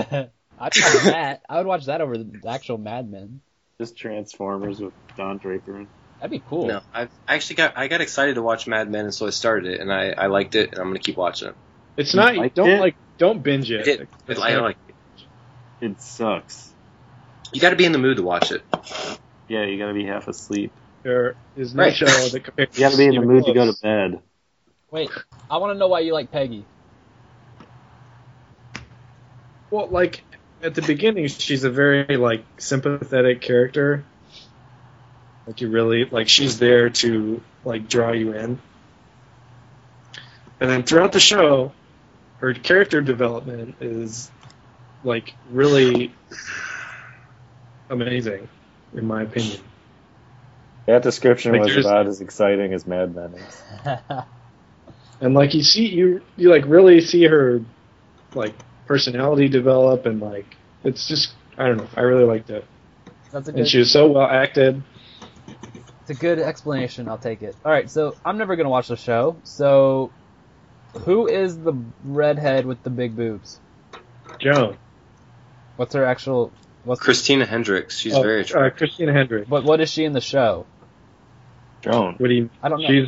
I'd watch that. I would watch that over the actual Mad Men.
Just Transformers with Don Draper. in.
That'd be cool.
No, I've I actually got I got excited to watch Mad Men, and so I started it, and I, I liked it, and I'm gonna keep watching it.
It's not.
liked
don't
it?
like. Don't binge
I
it.
did.
It's
I
not-
like it.
It sucks.
You got to be in the mood to watch it.
Yeah, you gotta be half asleep.
There is no
Right.
show that compares.
You gotta be in the
even
mood to go
close.
to bed.
Wait, I want to know why you like Peggy.
Well, like at the beginning, she's a very like sympathetic character. Like you really like she's there to like draw you in. And then throughout the show, her character development is like really amazing, in my opinion.
That description
Like,
was
there's-
about as exciting as Mad Men is.
And like you see you you like really see her like personality develop and like it's just I don't know, I really liked it.
That's a good.
And she was so well acted.
It's a good explanation. I'll take it. All right, so I'm never gonna watch the show. So, who is the redhead with the big boobs?
Joan.
What's her actual? What's
Christina Hendricks, she's
Oh,
very
uh,
attractive.
Christina Hendricks.
But what is she in the show?
Drone.
What do you
I don't know.
She's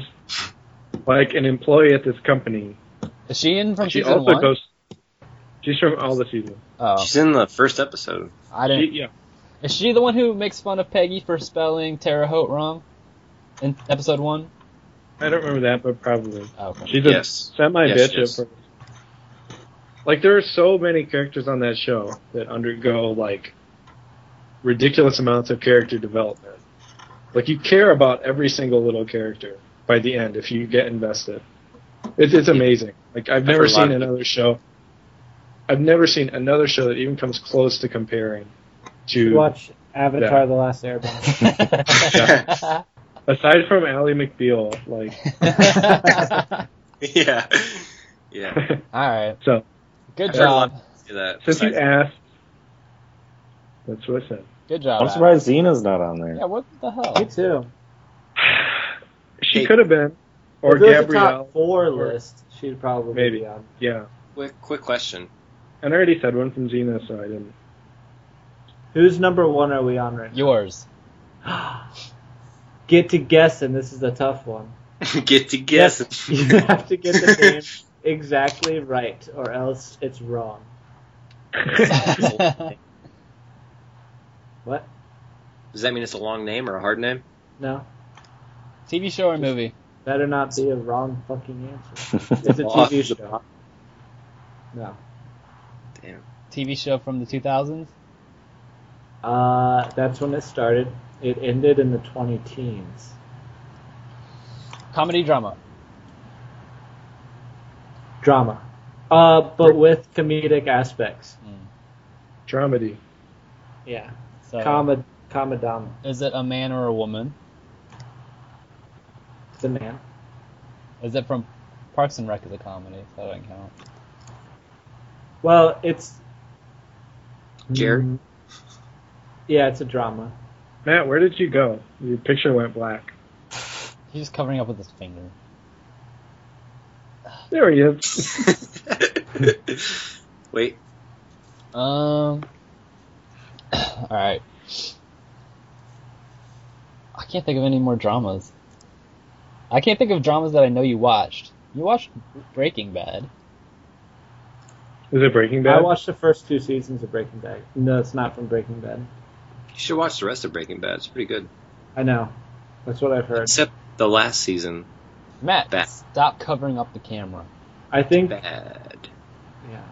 like an employee at this company.
is she in from
she
season
also
one?
goes. She's from all the seasons.
oh,
She's in the first episode.
I
She,
didn't.
yeah,
Is she the one who makes fun of Peggy for spelling Terre Haute wrong in episode one?
I don't remember that, but probably
Oh, okay.
she's a
Yes.
semi bitch.
Yes,
at
yes.
first. Like there are so many characters on that show that undergo like ridiculous amounts of character development. Like you care about every single little character by the end if you get invested. It's it's amazing. Like I've
I've
never
heard a lot
seen
of-
another show. I've never seen another show that even comes close to comparing to
Watch Avatar:
Yeah.
The Last Airbender.
aside from Ally McBeal, like
yeah. Yeah.
All right.
so
Good
I've heard a lot
job.
See that.
since you
Besides-
asked, that's what I said.
Good job.
I'm
Adam.
surprised Xena's not on there.
Yeah. What the
Me
hell?
too.
She
Hey.
could have been, or
if there was a top
Gabrielle,
four list, she'd probably
Maybe.
be on.
yeah.
Quick, quick question.
And I already said one from Xena, so I didn't.
Who's number one? Are we on right now?
Yours.
Get to guess, and this is a tough one.
get to guess.
You have to get the name exactly right, or else it's wrong. What?
Does that mean it's a long name or a hard name?
No,
TV show or movie?
better not be a wrong fucking answer. It's a TV show. No.
Damn.
TV show from the 2000s?
Uh, that's when it started. It ended in the 20 teens.
Comedy drama.
Drama. Uh, but with comedic aspects.
Dramedy.
Yeah.
So
Comma, comma, dama.
is it a man or a woman?
It's a man.
Is it from Parks and Rec is a comedy, so that doesn't count.
Well, it's
Jared?
Mm, Yeah, it's a drama.
Matt, where did you go? Your picture went black.
He's just covering up with his finger.
There he is.
Wait.
Um. all right. I can't think of any more dramas. I can't think of dramas that I know you watched. You watched Breaking Bad.
Is it Breaking Bad?
I watched the first two seasons of Breaking Bad. No, it's not from Breaking Bad.
You should watch the rest of Breaking Bad. It's pretty good.
I know. That's what I've heard.
Except the last season.
Matt,
Bad.
stop covering up the camera.
I think.
Bad.
Yeah.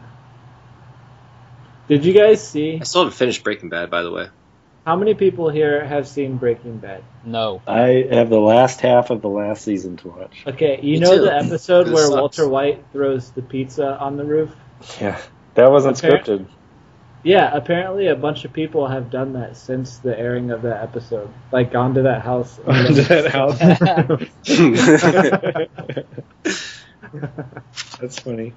Did you guys see
I still haven't finished Breaking Bad, by the way.
how many people here have seen Breaking Bad?
No.
I have the last half of the last season to watch.
Okay, you
Me
know
too.
the episode
This
where
sucks.
Walter White throws the pizza on the roof?
Yeah, that wasn't
Okay.
scripted.
Yeah, apparently a bunch of people have done that since the airing of that episode. Like gone to that house.
Under that house. That's funny.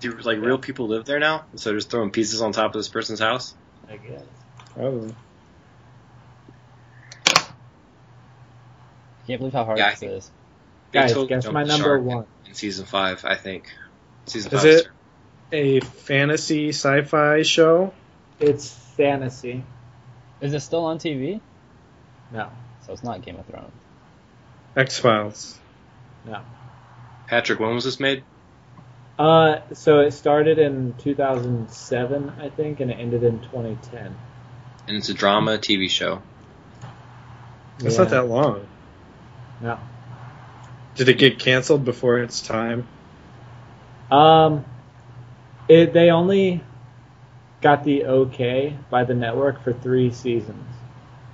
Do like real people live there now? So just throwing pieces on top of this person's house?
I guess.
Probably.
Can't believe how hard
Yeah, I
this
think-
is.
They
Guys,
totally
guess
jumped
my
the
number
shark
one.
in season five, I think. Season
Is
five.
it a fantasy sci-fi show?
It's fantasy.
Is it still on TV?
No.
So it's not Game of Thrones.
X Files.
No.
Patrick, when was this made?
Uh, so it started in 2007, I think, and it ended in 2010.
And it's a drama TV show.
It's
Yeah.
not that long.
No.
Did it get canceled before its time?
Um, it, they only got the okay by the network for three seasons.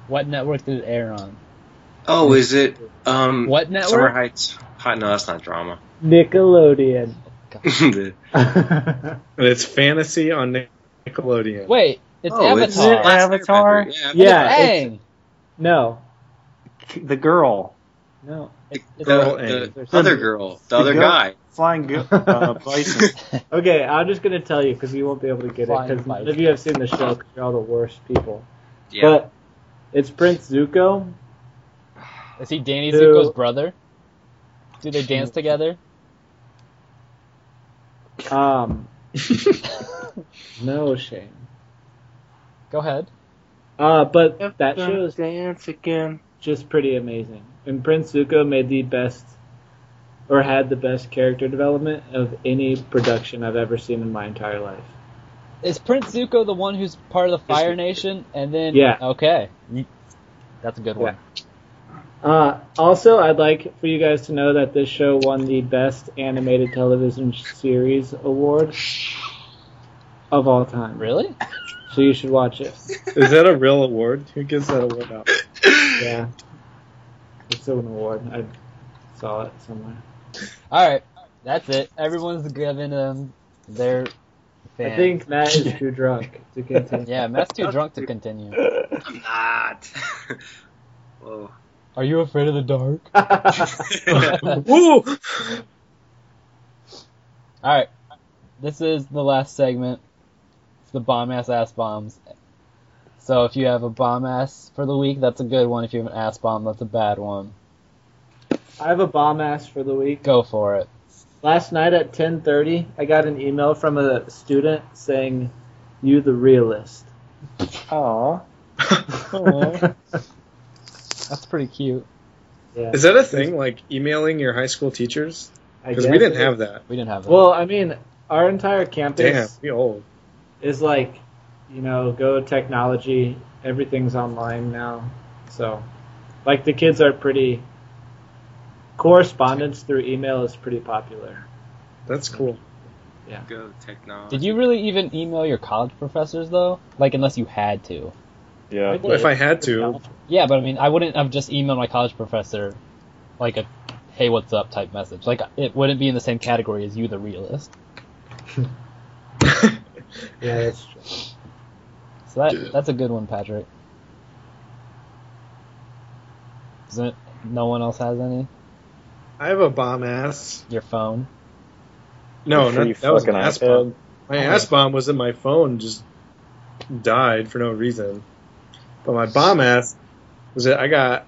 What network did it air on?
Oh, is it um
What network?
Summer Heights? Hot? No, that's not drama.
Nickelodeon.
The-
And it's fantasy on Nic- Nickelodeon.
Wait, it's
Oh, it's-
Avatar.
Last
Avatar?
Airbender. Yeah,
Yeah.
Dang.
No.
The girl.
No.
the,
Girl
the
and-
other girl, the other
girl-
guy.
Flying go- uh, bison.
Okay, I'm just gonna tell you because you won't be able to get it
Flying
because none
bison.
of you have seen the show. 'cause you're all the worst people.
Yeah.
But it's Prince Zuko.
Is he Danny
Who-
Zuko's brother? Do they dance together?
Um, no shame.
Go ahead.
Uh, but that show is
dance again.
just pretty amazing. And Prince Zuko made the best, or had the best character development of any production I've ever seen in my entire life.
Is Prince Zuko the one who's part of the Fire Nation? And then
Yeah.
okay, that's a good one.
Uh, also, I'd like for you guys to know that this show won the Best Animated Television Series award of all time.
Really?
So you should watch it.
Is that a real award? Who gives that award out?
Yeah. It's an award. I saw it somewhere.
All right, that's it. Everyone's giving them their. Fan.
I think Matt is too drunk to continue.
Yeah, Matt's too drunk to continue.
I'm not. Whoa.
Are you afraid of the dark?
Woo!
All right, this is the last segment. It's the bomb ass ass bombs. So if you have a bomb ass for the week, that's a good one. If you have an ass bomb, that's a bad one.
I have a bomb ass for the week.
Go for it.
Last night at 10:30, I got an email from a student saying, "You the realist."
Aw.
That's pretty cute.
Yeah.
Is that a thing? Like emailing your high school teachers?
I
Because
guess
we didn't
it
have
is.
that.
We didn't have that.
Well, I mean, our entire
Damn,
campus
we old.
is like, you know, go technology. Everything's online now, so like the kids are pretty. Correspondence through email is pretty popular.
That's cool.
Go technology.
Did you really even email your college professors though? Like unless you had to.
Yeah.
Well, if I had to,
Yeah, but I mean, I wouldn't have just emailed my college professor like a "Hey, what's up?" type message. Like it wouldn't be in the same category as you, the realist.
Yeah, that's true.
So that that's a good one, Patrick. Is it, no one else has any?
I have a bomb ass.
Your phone?
No,
Free
not, that was an
fucking
ass
iPad. Oh.
bomb. My ass bomb was in my phone, just died for no reason. But my bomb ass was that I got,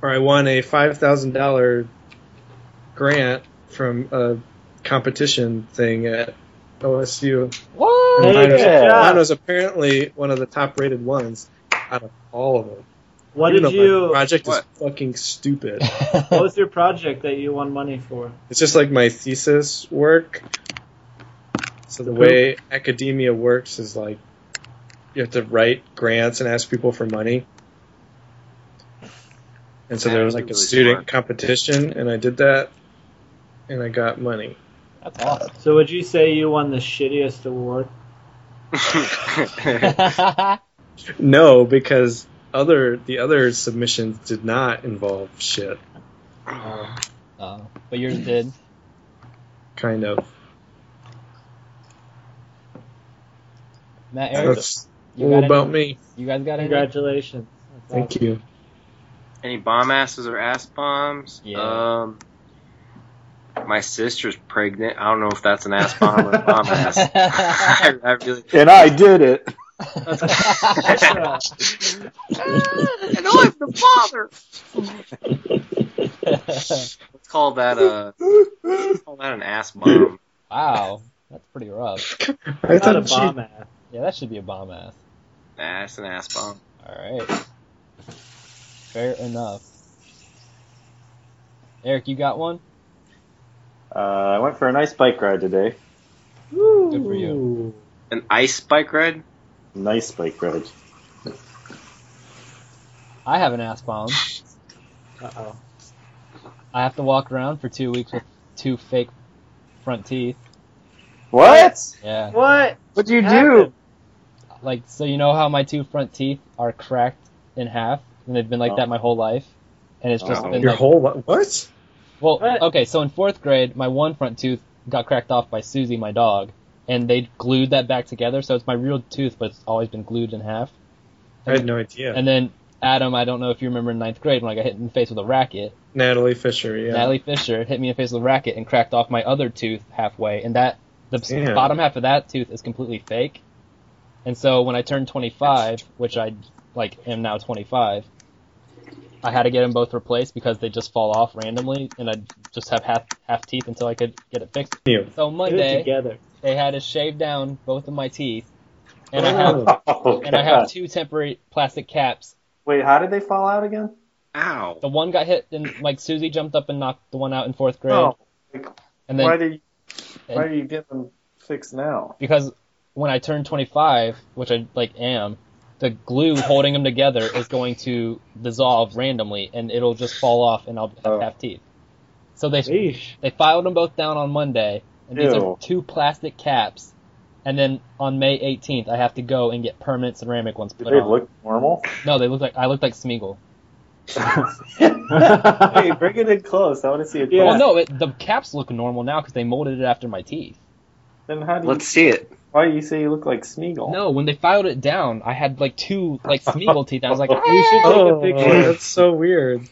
or I won a five thousand dollar grant from a competition thing at OSU.
What?
And
Hey,
mine, was,
good job.
mine was apparently one of the top rated ones out of all of them.
What
Even
did
though my
you?
project is
What?
fucking stupid.
What was your project that you won money for?
It's just like my thesis work. So the way academia works is like you have to write grants and ask people for money. And so there was like a
Really
student
smart.
competition, and I did that, and I got money.
That's awesome.
So would you say you won the shittiest award?
No, because other the other submissions did not involve shit.
Uh,
oh, but yours did.
Kind of.
Matt, Eric,
That's
you
all
got
about
any?
me.
You guys got any?
Congratulations. That's
Thank you.
Any bomb asses or ass bombs?
Yeah.
Um, my sister's pregnant. I don't know if that's an ass bomb or a bomb ass. I, I really.
And I did it.
Ah, and I'm the father. Let's call that a let's call that an ass bomb.
wow, that's pretty rough.
Not
I
a
thought she,
bomb ass.
Yeah, that should be a bomb ass.
Nah, it's an ass bomb.
All right. Fair enough. Eric, you got one?
Uh, I went for an ice bike ride today.
Good for you.
An ice bike ride?
Nice bike ride.
I have an ass bomb.
Uh oh.
I have to walk around for two weeks with two fake front teeth.
What?
Yeah.
What?
What'd you
Happened?
Like, so you know how my two front teeth are cracked in half, and they've been like that my whole life, and it's just
Wow.
been
Your
like,
whole li what?
Well, okay, so in fourth grade, my one front tooth got cracked off by Susie, my dog, and they glued that back together, so it's my real tooth, but it's always been glued in half.
I had no idea.
And then Adam, I don't know if you remember in ninth grade when I got hit in the face with a racket.
Natalie Fisher, yeah.
Natalie Fisher hit me in the face with a racket and cracked off my other tooth halfway, and that the s-
Damn.
bottom half of that tooth is completely fake. And so when I turned 25, which I like am now 25, I had to get them both replaced because they just fall off randomly, and I just have half half teeth until I could get it fixed.
You.
So Monday
together.
they had to shave down both of my teeth, and I
Oh,
have and I have two temporary plastic caps
Wait, how did they fall out again?
Ow.
the one got hit, and like Susie jumped up and knocked the one out in fourth grade.
Oh,
and then
why do you why
and-
do you get them fixed now?
because when I turn 25, which I like am, the glue holding them together is going to dissolve randomly, and it'll just fall off, and I'll have
Oh.
half teeth. So they
Eesh.
they filed them both down on Monday, and these
Ew.
are two plastic caps. And then on May 18th, I have to go and get permanent ceramic ones
Do
put
they
on.
look normal?
no, they look like I look like Smeagol.
hey, bring it in close. I want to see it.
Yeah.
Well, no, it, the caps look normal now because they molded it after my teeth.
Then how do you,
Let's see it.
why do you say you look like Smeagol?
No, when they filed it down, I had like two like Smeagol teeth. And I was like, "Ah,
You should take
Oh,
a picture.
that's so weird.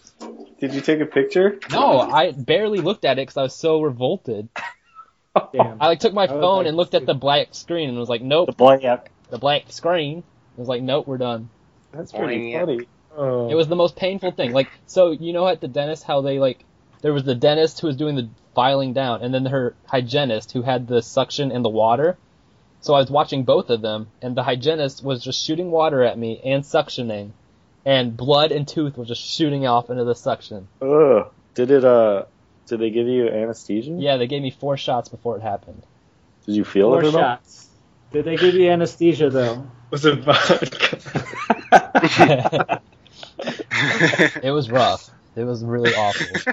Did you take a picture?
no, I barely looked at it because I was so revolted.
Damn.
I like took my
would
phone
like
and
to
looked at
see-
the black screen and was like, nope,
The blank.
the blank screen. I was like, nope, we're done.
That's pretty
Boing.
funny.
Oh.
It was the most painful thing. Like, so you know at the dentist how they like, there was the dentist who was doing the filing down, and then her hygienist who had the suction and the water. So I was watching both of them, and the hygienist was just shooting water at me and suctioning, and blood and tooth was just shooting off into the suction.
Ugh. Did it? Uh. Did they give you anesthesia?
Yeah, they gave me four shots before it happened.
Did you feel
Four shots. Did they give you anesthesia though?
was it vodka?
it was rough. It was really awful.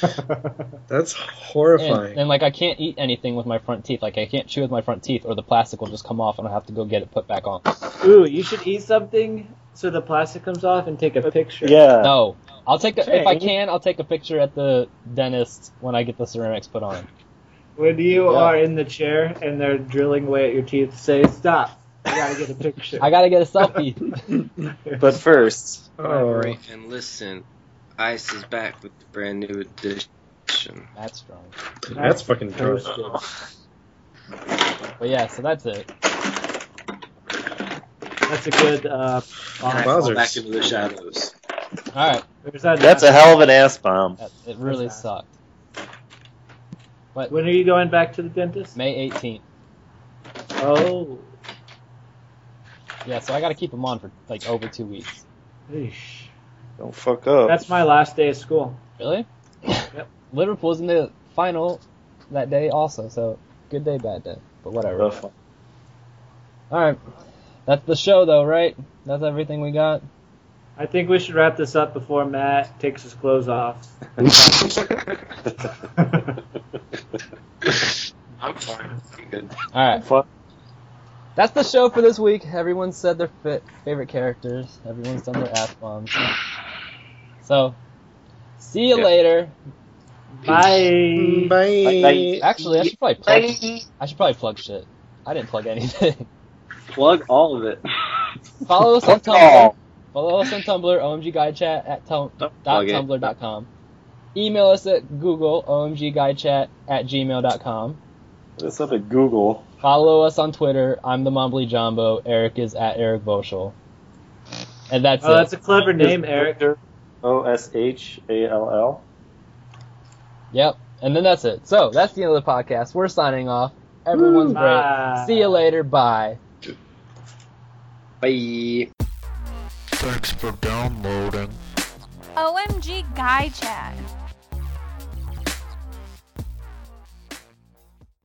That's
And,
horrifying.
and like I can't eat anything with my front teeth. Like I can't chew with my front teeth, or the plastic will just come off, and I'll have to go get it put back on.
Ooh, you should eat something so the plastic comes off and take a picture.
Yeah.
No, I'll take a, if I
Shane.
can. I'll take a picture at the dentist when I get the ceramics put on.
When you
Yeah.
are in the chair and they're drilling away at your teeth, say stop. I gotta get a picture.
I gotta get a selfie.
But first,
oh.
And listen, Ice is back with the brand new edition.
that's strong.
That's fucking gross.
But yeah, so that's it.
That's a good. Uh,
And I
Wowzers.
fall back into the shadows.
All right,
there's that-
that's a hell of an ass bomb.
that, it really
That's
sucked. But
When are you going back to the dentist?
May 18th.
Oh,
Yeah, so I gotta keep them on for like over two weeks.
eesh.
Don't fuck up.
that's my last day of school.
Really? Liverpool's in the final that day also, so good day, bad day. But whatever.
rough. one.
All right, that's the show though, right? That's everything we got.
I think we should wrap this up before Matt takes his clothes off.
I'm fine. I'm good.
All right,
Fuck.
that's the show for this week. Everyone said their fa- favorite characters. Everyone's done their ass bombs. So, see you
Yeah.
later.
Bye.
Bye.
Actually, I should probably plug. I should probably plug shit. I didn't plug anything.
Plug all of it.
Follow us on Tumblr.
Oh.
Follow us on Tumblr, OMG Guide Chat at tum-
Don't
dot
plug it.
tumblr dot com. Email us at Google, omgguidechat at gmail dot com.
That's up at Google.
Follow us on Twitter. I'm the Mumbly Jumbo. Eric is at Eric Voschel. And that's
Oh,
it.
that's a clever name, Eric.
O S H A L L.
Yep. And then that's it. So that's the end of the podcast. We're signing off. Everyone's great.
Bye.
See you later. Bye.
Bye.
Thanks for downloading.
OMG Guy Chat.